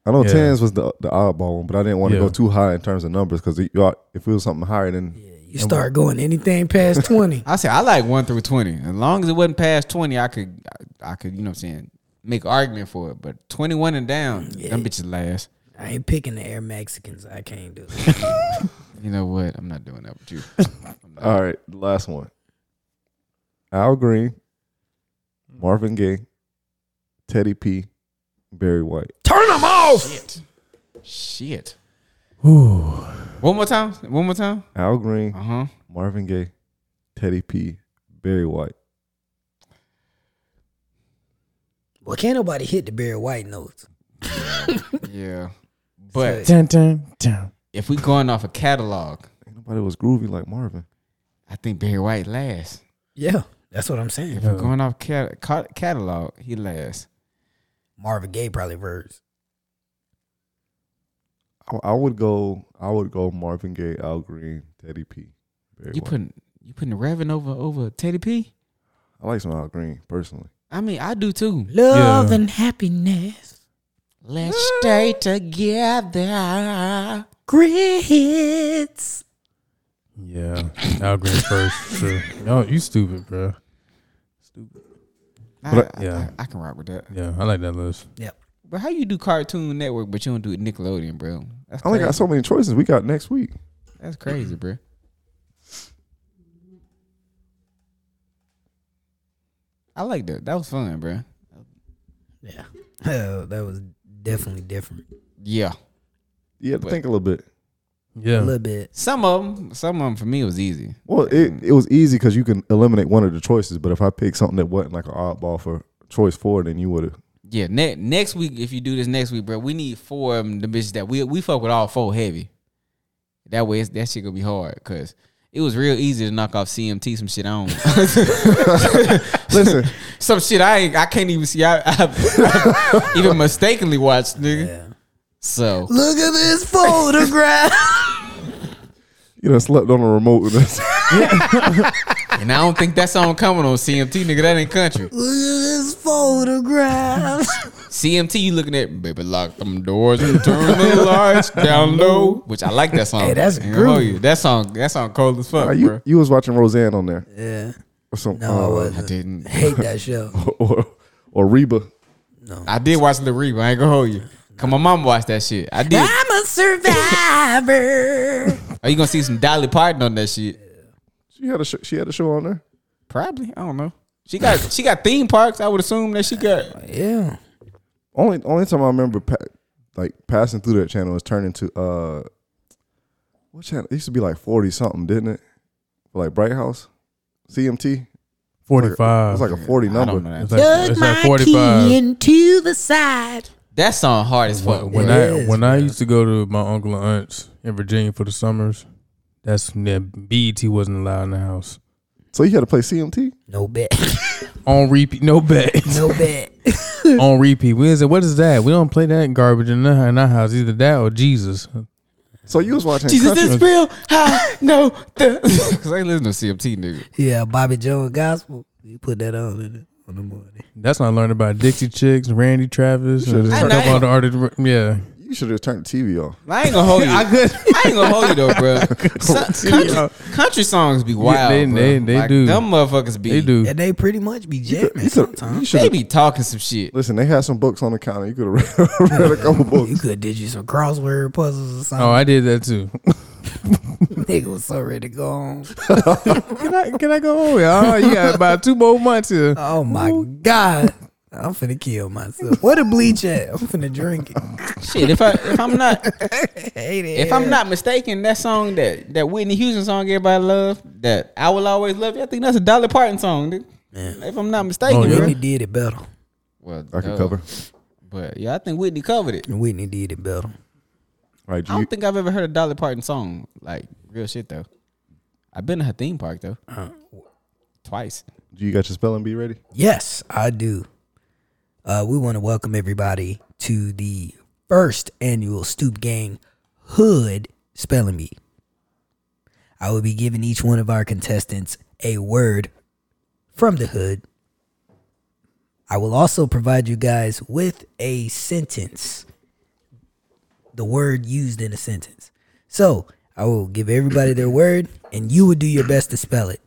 C: I know
D: Yeah.
C: tens was the the oddball one, but I didn't want to
D: Yeah.
C: go too high in terms of numbers because if it was something higher than
B: You start going anything past 20.
A: I say I like one through twenty. As long as it wasn't past twenty, I could, I, I could, you know, what I'm saying, make an argument for it. But twenty one and down, them bitches last.
B: I ain't picking the Air Mexicans. I can't do it.
A: You know what? I'm not doing that with <laughs> you.
C: all right, the last one. Al Green, Marvin Gaye, Teddy P, Barry White.
A: Shit. Shit. One more time. One more time.
C: Al Green,
A: Uh <laughs> huh.
C: Marvin Gaye, Teddy P, Barry White.
B: Well, can't nobody hit the Barry White notes.
A: Yeah. But
D: Dun, dun, dun.
A: if we going off a catalog,
C: Ain't nobody was groovy like Marvin.
A: I think Barry White last.
B: Yeah. That's what I'm saying.
A: If we're going off cat, ca- catalog, he last.
B: Marvin Gaye probably verse.
C: I, I would go. I would go Marvin Gaye, Al Green, Teddy P. Barry
A: You
C: White.
A: putting you putting Revan over over Teddy P.
C: I like some Al Green personally.
A: I mean, I do too.
F: Love and happiness.
C: <laughs>
A: Let's stay together.
F: Grits.
D: Yeah, Al Green first. Sure. No, you stupid, bro.
A: I, I,
D: Yeah.
A: I, I can rock with that.
D: Yeah, I like that list.
A: But how you do Cartoon Network, but you don't do Nickelodeon, bro? That's
C: I only
A: crazy.
C: got so many choices. We got next week.
A: That's crazy, bro. I like that. That was fun, bro.
B: Yeah. <laughs> Oh, that was definitely different.
A: Yeah.
C: You had to
A: But-
C: think a little bit.
B: A
D: Yeah,
B: little bit.
A: Some of them, some of them for me was easy.
C: Well, it, it was easy because you can eliminate one of the choices. But if I picked something that wasn't like an oddball for choice four, then you would have.
A: Yeah. Ne- next week, if you do this next week, bro, we need four of them, the bitches that we we fuck with all four heavy. That way, it's, that shit gonna be hard because it was real easy to knock off CMT some shit on.
C: <laughs> Listen,
A: <laughs> some shit I ain't, I can't even see. I, I even mistakenly watched, nigga. So
B: Look at this photograph.
C: you done slept on the remote <laughs> with us.
A: And I don't think that song coming on CMT, nigga. That ain't country.
B: Look at this photograph.
A: CMT, you looking at baby lock them doors and turn the lights down low, which I like that song.
B: Hey, that's
A: I ain't gonna hold
B: groovy.
A: you. That song, that song cold as fuck,
C: Are
A: bro.
C: you, you was watching Roseanne on there.
B: yeah.
C: Or some,
B: No, I
C: uh,
A: I
B: wasn't.
A: didn't.
B: Hate that show.
C: <laughs> Or, or Reba.
A: I did watch the Reba. I ain't gonna hold you. Cause my mom watched that shit. I did.
B: I'm a survivor.
A: Are you gonna see some Dolly Parton on that shit?
C: She had a sh- she had a show on there.
A: Probably. I don't know. She got she got theme parks. I would assume that she got.
B: yeah.
C: Only only time I remember pa- like passing through that channel was turning to uh, what channel? It used to be like forty something, didn't it? Like Bright House, CMT. It
D: forty-five.
C: was like a forty
A: I don't know
C: number.
A: that.
D: It's like- it's like
F: into the side.
A: That song hard as fuck.
D: When, when
B: It
D: I
B: is,
D: when I
B: bro.
D: used to go to my uncle and aunts in Virginia for the summers, that's that BET wasn't allowed in the house.
C: So you had to play CMT.
B: No bet.
D: On repeat, no <laughs> bet.
B: No bet.
D: On repeat, we said, "What is that? We don't play that garbage in our, in our house. Either that or Jesus."
C: So you was watching.
A: Jesus
C: country-
A: is real. I know the. <laughs> Cause I ain't listen to CMT, nigga.
B: yeah, Bobby Joe and Gospel. You put that on in the, on the morning.
D: That's when I learned about Dixie Chicks, Randy Travis,
C: Should've
D: and
C: just
D: all
A: turned-
D: the artists. Yeah,
C: you should have turned the TV off.
A: I ain't gonna
D: <laughs>
A: hold you. I,
D: could.
A: ain't gonna hold you though,
D: <laughs>
A: bro. Some- country, country songs be wild.
D: they-
A: bro.
D: they- they
A: Like,
D: do.
A: Them motherfuckers be.
D: They do.
B: And they pretty much be jamming
C: You could. You
B: sometimes.
A: They
C: should.
A: be talking some shit.
C: Listen, they had some books on the counter. You could have <laughs> read, read a couple
B: You
C: books.
B: could did you some crossword puzzles or something.
D: Oh, I did that too.
A: Oh.
B: <laughs> Nigga was so ready to
A: <laughs>
B: go home.
D: <laughs> can I can I go home? Oh, you got about two more months here.
B: Oh my god. I'm finna kill myself. Where the bleach at? I'm finna drink
A: <laughs>
B: it.
A: Shit, if I if I'm not
D: <laughs>
B: Hate it.
A: if I'm not mistaken, that song that that Whitney Houston song everybody love that I will always love you. I think that's a Dolly Parton song, dude. If I'm not mistaken,
D: Oh, yeah.
A: bro.
B: Whitney did it better.
A: Well,
C: I could
A: duh.
C: cover.
A: But yeah, I think Whitney covered it.
B: Whitney did it better.
C: All right,
A: I
C: do you,
A: don't think I've ever heard a Dolly Parton song like real shit though. I've been to her theme park though,
C: Uh,
A: twice.
C: do you got your spelling bee ready?
B: Yes, I do. Uh, we want to welcome everybody to the first annual Stoop Gang Hood Spelling Bee. I will be giving each one of our contestants a word from the hood. I will also provide you guys with a sentence, the word used in a sentence. So I will give everybody their word, and you will do your best to spell it.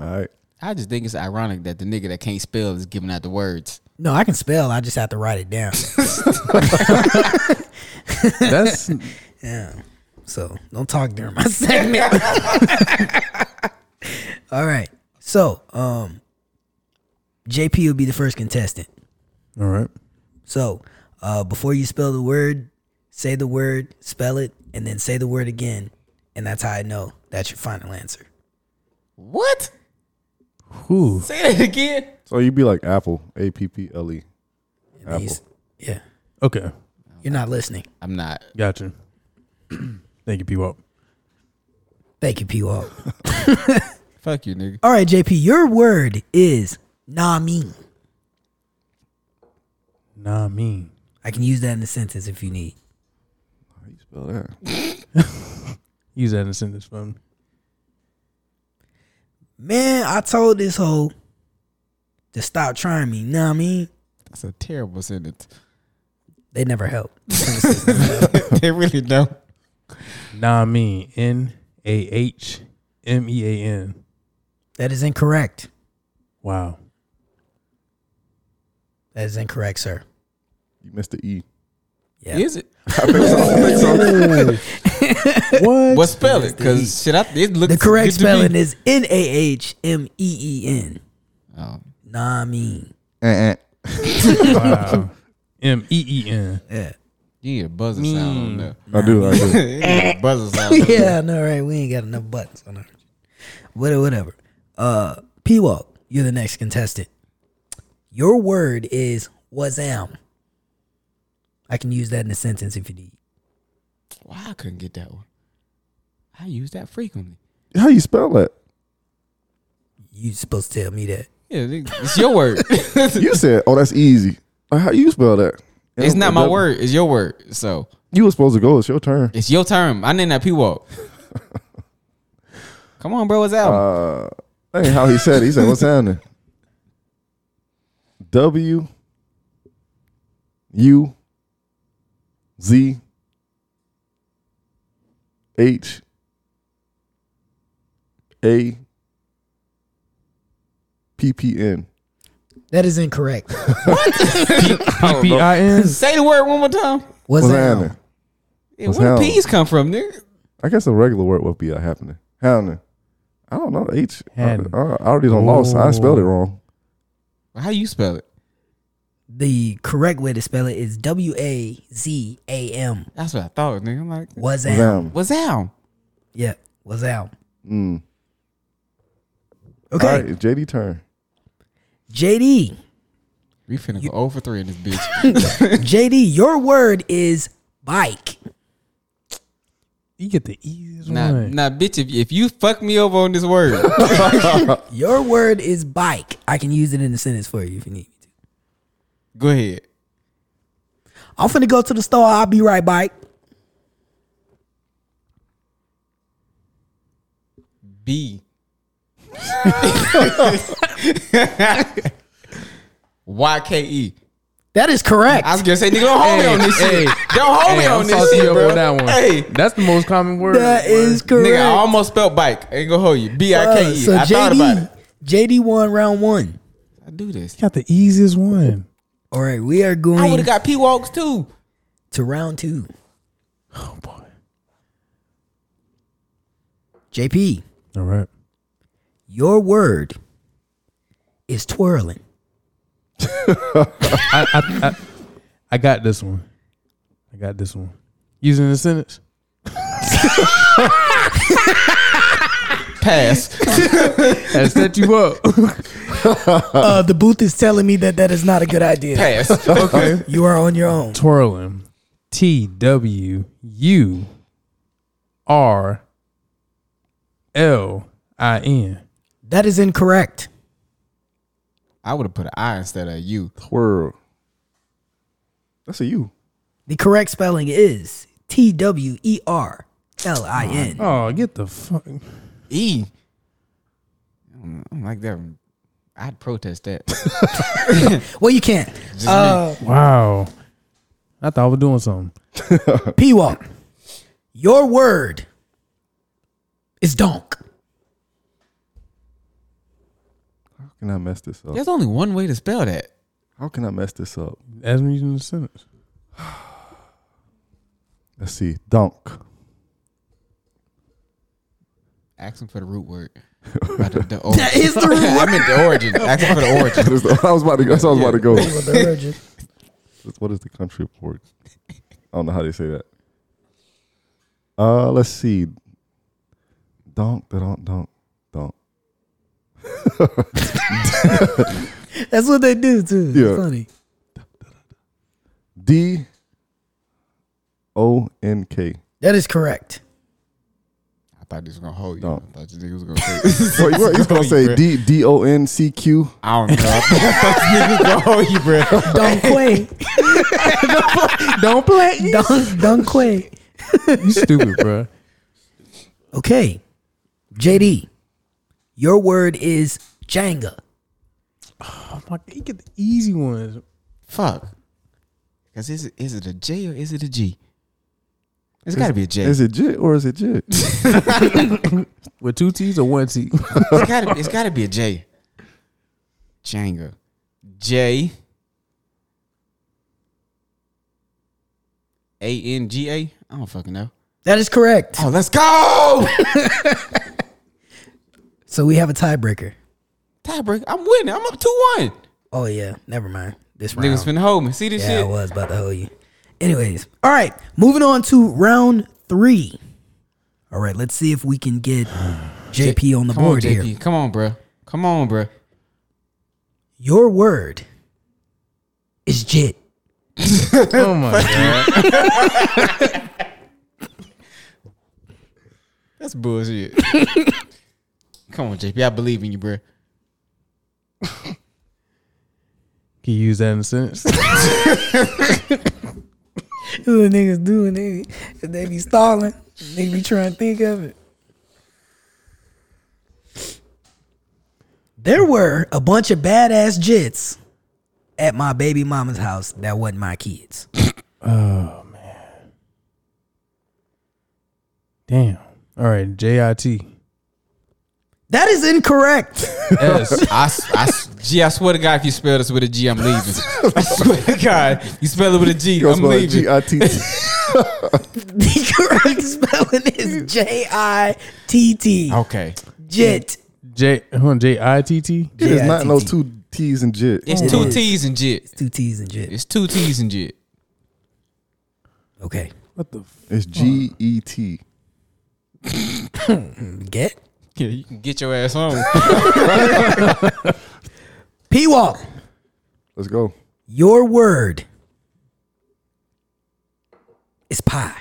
C: All right.
A: I just think it's ironic that the nigga that can't spell is giving out the words.
B: No, I can spell. I just have to write it down.
D: <laughs> That's
B: So don't talk during my <laughs> segment. All right. So, um, JP will be the first contestant.
D: all right.
B: So, uh, before you spell the word, say the word, spell it, and then say the word again. And that's how I know that's your final answer.
A: What?
D: Whew.
A: Say that again.
C: So you'd be like Apple, A P P L E.
B: And then you s- yeah.
D: Okay,
B: You're not listening.
A: I'm not.
D: gotcha. <clears throat> Thank you, P Wop.
B: Thank you, P Walk.
A: Fuck you, nigga.
B: All right, JP, your word is nah mean.
D: Nah, mean.
B: I can use that in a sentence if you need.
C: How you spell that?
D: Use that in a sentence for me.
B: Man, I told this hoe to stop trying me. Nah, I mean,
A: That's a
C: <laughs>
A: terrible sentence.
B: they never help.
A: they really don't.
D: Nah, mean. N A H M E A N.
B: That is incorrect.
D: Wow.
B: That is incorrect, sir.
C: You missed the E.
B: Yeah.
A: Is it?
D: <laughs> What?
A: What spell it? Because shit, I, it looks
B: The correct
A: good to me.
B: spelling is N A H M E E N.
A: Oh.
B: Nah, I mean.
A: Eh,
C: Uh-uh.
D: wow. M E E N.
A: <laughs> Yeah, buzzer sound on <laughs> there.
C: I do. I do.
A: Yeah, buzzer sound. on there.
B: <laughs> yeah, no, right. We ain't got enough buttons on our. Whatever, whatever. Uh, P Walk, you're the next contestant. Your word is was am. I can use that in a sentence if you need.
A: Why I couldn't get that one? I use that frequently.
C: How you spell that?
B: You supposed to tell me that.
A: Yeah, nigga, it's your word. <laughs>
C: You said, "Oh, that's easy." Like, How you spell that?
A: it's not my
C: That-
A: word. It's your word. So
C: You were supposed to go. It's your turn.
A: it's your term. I named that P Walk. <laughs> Come on, bro. What's out?
C: Uh, that ain't how he said it. He said, "What's happening?" W U Z H A P P N.
B: That is
A: <laughs>
B: incorrect.
D: P I N.
A: Say the word one more time.
B: Was
C: What's
B: am.
C: happening?
A: Yeah,
C: What's
A: where the
C: hell?
A: peas come from, nigga?
C: I guess a regular word would be a happening. Happening. I don't know. H. I, I,
D: Happening.
C: I already don't lost. I spelled it wrong.
A: How you spell it?
B: The correct way to spell it is W A Z A M.
A: That's what I thought, nigga. I'm like,
B: Was
A: <laughs>
B: am.
C: Damn.
A: what's out?
B: Yeah, was am.
C: Mm.
B: Okay,
C: All right, JD turn.
A: <laughs>
B: JD.
A: We finna go over three in this <laughs> bitch.
B: JD, your word is bike.
D: You get the easiest
A: nah,
D: one.
A: nah, bitch. If, if you fuck me over on this
C: <laughs>
A: word,
B: Your word is bike. I can use it in a sentence for you if you need me to.
A: go ahead.
B: I'm finna go to the store. I'll be right back.
C: <laughs>
A: B. <laughs> Y K E.
B: That is correct.
A: I was gonna say, nigga, don't hold me on this shit. Don't hold me
D: Hey,
A: on
D: I'm
A: this
D: saucing
A: shit,
D: you up
A: bro.
D: on that one.
A: Hey,
D: That's the most common word.
B: that is correct.
A: nigga, I almost spelled bike. ain't gonna hold you. B I K
B: Uh,
A: E.
B: so
A: I thought about it.
B: JD, JD won round one.
A: I do this.
D: got the easiest one.
B: All right, we are
A: I would
B: going
A: have got P walks too.
B: to round two.
D: Oh boy.
B: JP,
D: All right.
B: your word is twirling.
D: I, I, I, I got this one. I got this one. Using the sentence.
A: Pass. <laughs>
D: That set you up. <laughs>
B: Uh, the booth is telling me that that is not a good idea.
A: Pass.
D: okay.
B: You are on your own.
D: Twirling. T W U R L I N.
B: That is incorrect.
A: I would have put an I instead of you.
C: Twirl. That's a U.
B: The correct spelling is T W E R L I N.
D: Oh, get the fuck.
A: E. I don't know. I don't like that. one. I'd protest
D: <laughs>
A: that.
B: Well, you can't. Uh,
D: Wow. I thought I was doing something.
B: P Walk, Uh, your word is donk.
C: How can I mess this up?
A: There's only one way to spell that.
C: How can I mess this up?
D: As me using the sentence.
C: Let's see. Dunk. <laughs>
A: Asking for the root word. Not the- the
D: <laughs>
A: origin.
B: That is the root
A: <laughs> I meant the origin. Asking for the origin.
C: That's what I was about to go. That's what I was about to go.
B: Well, <laughs> the origin.
C: That's- What is the country port? I don't know how they say that. Uh, let's see. Donk, donk, donk, donk.
B: That's what they do too. It's
C: Yeah.
B: funny.
C: D O N K.
B: That is correct.
A: I thought this was gonna hold you.
C: No.
A: I thought this nigga was gonna say.
C: Well, you were- you was gonna say D D O N C Q.
A: <laughs> I don't know. I
D: <laughs>
A: thought this nigga was gonna hold you, bro.
B: Don't quay.
D: Don't play.
B: Don't don't quay.
D: You stupid, bro.
B: Okay. JD, your word is Jenga.
D: Oh my God, you get the easy ones.
A: Fuck. Cause is it is it a J or is it a G? It's gotta be a J.
C: Is it jit or is it jit?
D: With two T's or one <laughs> T?
A: It's gotta, it's gotta be a J. Jenga. J. A N G A? I don't fucking know.
B: That is correct.
A: Oh, let's go!
B: So we have a tiebreaker.
A: <laughs> Tiebreaker. I'm winning. I'm up 2 1.
B: Oh yeah, never mind. This round.
A: Niggas finna hold me. See this
B: yeah, I
A: shit?
B: was about to hold you. Anyways, all right, moving on to round three. All right, let's see if we
A: <sighs>
B: can get JP on the
A: Come on,
B: board
A: JP.
B: here.
A: Come on, bro. Come on, bro.
B: Your word is jit.
D: Oh my god.
A: That's bullshit. <laughs> Come on, JP. I believe in you, bro.
D: Can you use that in a sentence?
B: Who the niggas doing it? They be stalling. They be trying to think of it. There were a bunch of badass jits at my baby mama's house that wasn't my kids.
D: <laughs> Damn. All right, J I T.
B: That is incorrect. <laughs>
D: S.
A: I, s- I s- G, I swear to God, if you spell this with a G, I'm leaving. I swear to God, you spell it with a G, I'm leaving.
C: G I T T.
B: the correct spelling is J I T T.
A: Okay.
B: Jit.
D: J huh, J I T T.
C: There's not no
B: J I T T.
C: two T's and jit.
A: It's
B: It
A: two
B: is.
A: T's and jit.
B: Two T's and jit.
A: It's two T's and jit.
B: Okay.
D: What the f-
C: It's G E T.
B: Get.
A: Yeah, you can get your ass home.
B: P Walk.
C: Let's go.
B: Your word is pie.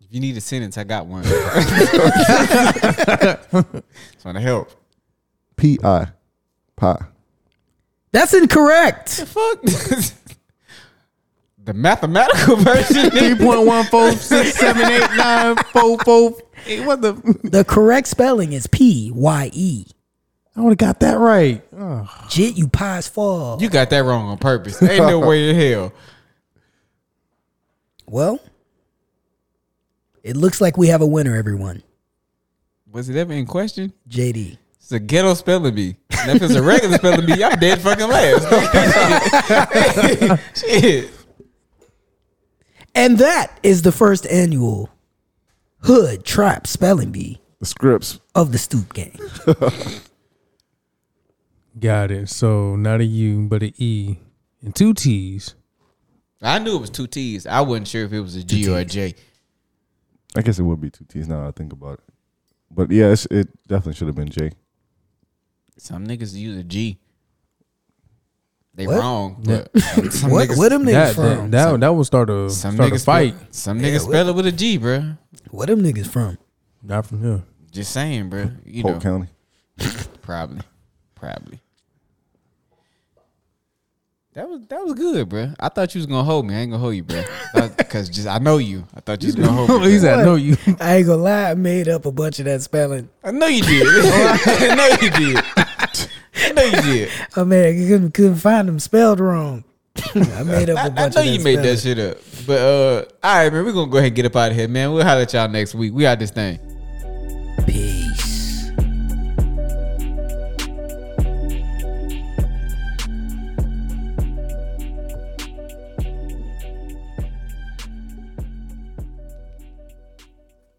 A: if you need a sentence, I got one. Trying to help.
C: P I. Pie.
B: That's incorrect.
A: Fuck. the mathematical <laughs> version.
D: Three point one four six seven eight nine four four. Hey, what the?
B: The correct spelling is P Y E.
D: I would have got that right.
B: Jit, you pie's fall.
A: you got that wrong on purpose. Ain't no way in hell.
B: well, it looks like we have a winner, everyone.
A: Was it ever in question?
B: JD.
A: It's a ghetto spelling bee. And if it's a regular spelling bee, I'm dead fucking last. <laughs> Shit.
B: And that is the first annual Hood Trap Spelling Bee
C: The scripts.
B: of the Stoop Gang.
D: Got it. So not a U, but a E and two T's.
A: I knew it was two T's. I wasn't sure if it was a G or a J.
C: I guess it would be two T's now that I think about it. But yeah, it's, it definitely should have been J.
A: Some niggas use a G. They
B: What?
A: wrong. But some
B: What,
A: niggas,
B: where them niggas
D: That
B: from?
D: that, that that would start a
A: some
D: start a
A: niggas
D: fight.
A: Spell, some niggas spell it with a G, bro.
B: where them niggas from?
D: Not from here.
A: Just saying, bro. You
C: Polk
A: know,
C: County.
A: probably, probably. That was that was good, bro. I thought you was gonna hold me. I ain't gonna hold you, bro. Cause just I know you. I thought you was gonna hold me. bruh.
D: He's at no you.
B: I ain't gonna lie, I made up a bunch of that spelling.
A: I know you did. <laughs> I know you did. I know you did.
B: I mean, I couldn't, couldn't find them spelled wrong. <laughs> I made up a
A: I
B: bunch
A: know
B: of that
A: you made that
B: spelling.
A: shit up. But uh all right, man, we're gonna go ahead and get up out of here, man. We'll holler at y'all next week. We out this thing.